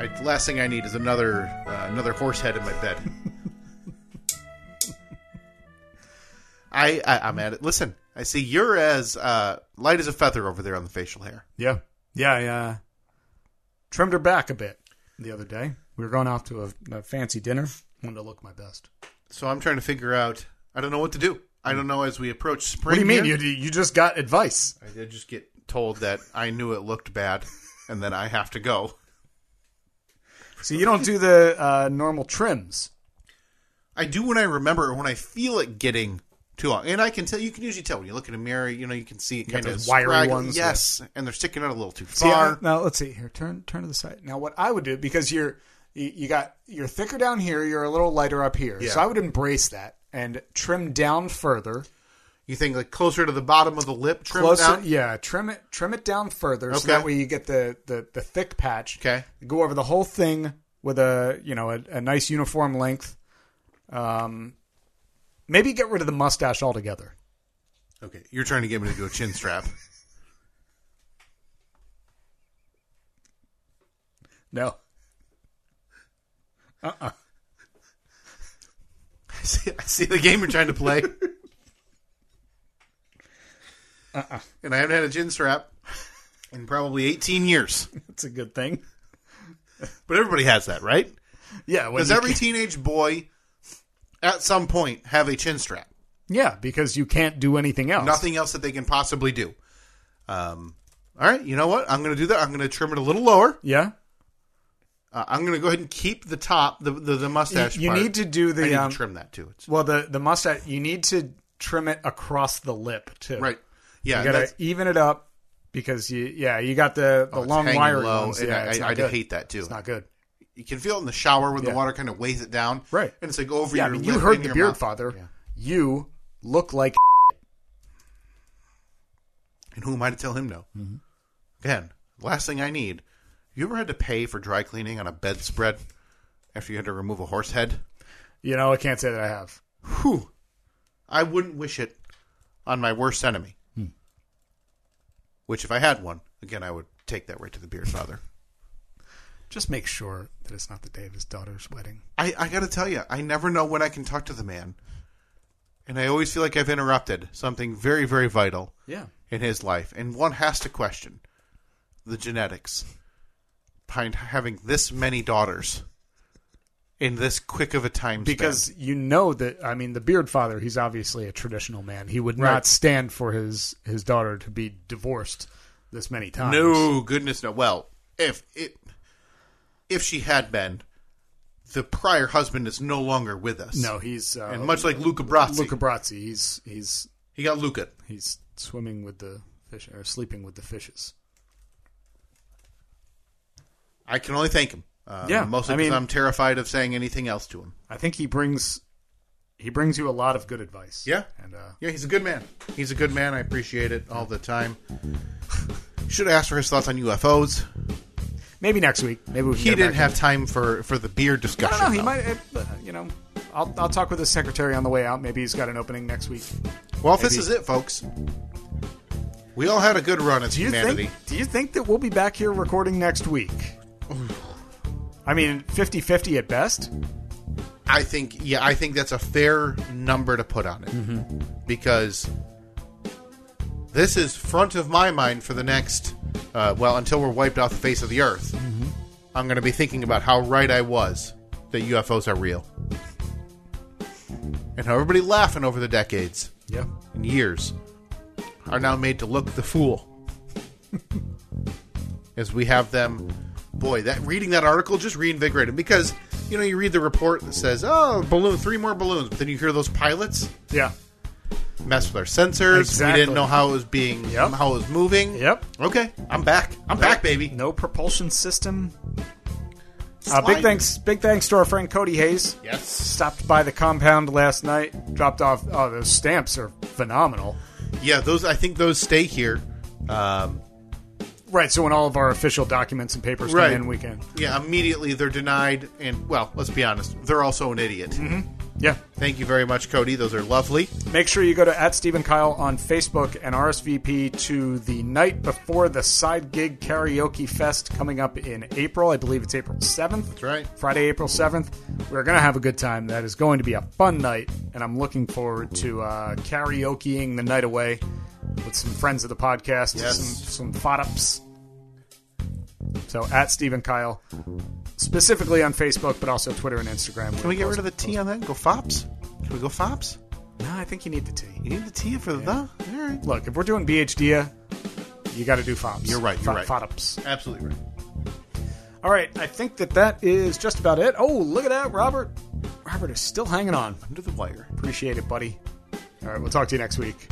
D: I, the last thing I need is another uh, another horse head in my bed. I, I I'm at it. Listen, I see you're as uh, light as a feather over there on the facial hair.
B: Yeah. Yeah, I uh, trimmed her back a bit the other day. We were going off to a, a fancy dinner. Wanted to look my best.
D: So I'm trying to figure out. I don't know what to do. I don't know as we approach
B: What
D: spring.
B: do you mean?
D: here-
B: You, you just got advice.
D: I did just get told that I knew it looked bad, and then I have to go.
B: So you don't do the uh, normal trims.
D: I do when I remember or when I feel it getting too long, and I can tell. You can usually tell when you look in a mirror. You know, you can see it
B: got
D: kind of
B: those wiry
D: scraggly.
B: ones,
D: Yes, and they're sticking out a little too
B: See, I-
D: far.
B: now let's see here. Turn turn to the side. Now what I would do because you're you, you got you're thicker down here. You're a little lighter up here.
D: Yeah.
B: So I would embrace that and trim down further.
D: you think like closer to the bottom of the lip, trim
B: Closer,
D: down.
B: yeah. Trim it trim it down further so
D: Okay.
B: that way you get the the, the thick patch.
D: Okay.
B: Go over the whole thing with a you know a, a nice uniform length. Um, maybe get rid of the mustache altogether.
D: Okay, you're trying to get me to do a chin strap.
B: No.
D: I see, I see the game you're trying
B: [LAUGHS]
D: to play. uh-uh.
B: Uh-uh.
D: And I haven't had a gin strap in probably 18 years.
B: That's a good thing.
D: But everybody has that, right?
B: [LAUGHS] Yeah. when
D: Does
B: you
D: every teenage boy at some point have a chin strap?
B: Yeah, because you can't do anything else.
D: Nothing else that they can possibly do. Um, all right, you know what? I'm going to do that. I'm going to trim it a little lower.
B: Yeah.
D: Uh, I'm going to go ahead and keep the top, the the, the
B: You,
D: mustache.
B: you
D: part.
B: need to do
D: I need
B: the
D: to
B: um,
D: trim that too. It's,
B: well the the mustache. You need to trim it across the lip too.
D: right. Yeah.
B: You gotta
D: that's-
B: even it up because you yeah you got the the
D: oh, it's
B: long
D: hanging
B: wire
D: low,
B: ones.
D: and
B: Yeah,
D: I,
B: it's
D: I,
B: not
D: I'd
B: good.
D: hate that too.
B: It's not good.
D: you can feel it in the shower when
B: Yeah.
D: the water kind of weighs it down.
B: Right.
D: And it's like over
B: yeah, I
D: your
B: mean
D: lip
B: you heard
D: and
B: the
D: your
B: beard
D: mouth.
B: father.
D: Yeah.
B: You look like [LAUGHS]
D: And who am I to tell him no?
B: Mm-hmm.
D: Again, last thing I need. You ever had to pay for dry cleaning on a bedspread after you had to remove a horse head?
B: you know I can't say that I have.
D: Whew. I wouldn't wish it on my worst enemy.
B: Hmm.
D: Which, if I had one, again, I would take that right to the beard father.
B: Just make sure that it's not the day of his daughter's wedding.
D: I, I got to tell you, I never know when I can talk to the man. And I always feel like I've interrupted something very, very vital.
B: Yeah.
D: in his life, and one has to question the genetics behind having this many daughters in this quick of a time span.
B: Because you know that I mean the beard father, he's obviously a traditional man. He would
D: Right.
B: not stand for his his daughter to be divorced this many times.
D: no goodness no well if it if she had been, the prior husband is no longer with us.
B: No, he's uh,
D: and much like Luca Brasi,
B: Luca Brazzi. He's he's
D: he got Luca.
B: he's swimming with the fish or sleeping with the fishes.
D: I can only thank him. Uh,
B: Yeah,
D: mostly
B: I
D: because
B: mean-
D: I'm terrified of saying anything else to him.
B: I think he brings he brings you a lot of good advice.
D: Yeah.
B: and uh,
D: Yeah, he's a good man. He's a good man. I appreciate it all the time. [SIGHS] Should ask for his thoughts on UFOs.
B: maybe next week. Maybe we can
D: He
B: get him
D: didn't
B: back
D: have time for for the beer
B: in.
D: discussion.
B: I don't know. He
D: though.
B: might. uh, you know, I'll I'll talk with his secretary on the way out. Maybe he's got an opening next week.
D: Well, if this
B: Maybe.
D: is it, folks. We all had a good run as
B: Do you
D: humanity.
B: think? Do you think that we'll be back here recording next week? I mean, 50-50 at best.
D: I think, yeah, I think that's a fair number to put on it
B: Mm-hmm.
D: because this is front of my mind for the next, uh, well, until we're wiped off the face of the earth.
B: Mm-hmm.
D: I'm going to be thinking about how right I was that UFOs are real, and how everybody laughing over the decades
B: Yeah.
D: and years are now made to look the fool [LAUGHS] as we have them boy that reading that article just reinvigorated because you know you read the report that says oh balloon three more balloons but then you hear those pilots
B: Yeah.
D: mess with our sensors we
B: Exactly.
D: didn't know how it was being
B: Yep.
D: how it was moving
B: Yep.
D: okay i'm back i'm back baby
B: No propulsion system. Uh, big thanks, big thanks to our friend Cody Hayes.
D: yes
B: Stopped by the compound last night. Dropped off. Oh, those stamps are phenomenal.
D: yeah those i think those stay here um
B: Right. So when all of our official documents and papers
D: Right.
B: come in, we can.
D: yeah immediately they're denied and well let's be honest they're also an idiot
B: Mm-hmm. Yeah.
D: thank you very much cody those are lovely
B: Make sure you go to at Stephen Kyle on Facebook and RSVP to the night before the side gig karaoke fest coming up in April. I believe it's April 7th. That's
D: right.
B: Friday, April 7th. We're going to have a good time. That is going to be a fun night, and I'm looking forward to uh, karaokeing the night away with some friends of the podcast,
D: Yes.
B: some, some fod ups. So at Stephen Kyle, specifically on Facebook, but also Twitter and Instagram.
D: Can we get rid of the T on that? and Go fops? Can we go fops?
B: No, I think you need the T.
D: You need the T for the the? All right.
B: Look, if we're doing BHD, you got to do FOPs.
D: You're right, you're right.
B: FOPs.
D: Absolutely right.
B: All right, I think that that is just about it. Oh, look at that, Robert. Robert is still hanging on.
D: Under the wire.
B: Appreciate it, buddy. All right, we'll talk to you next week.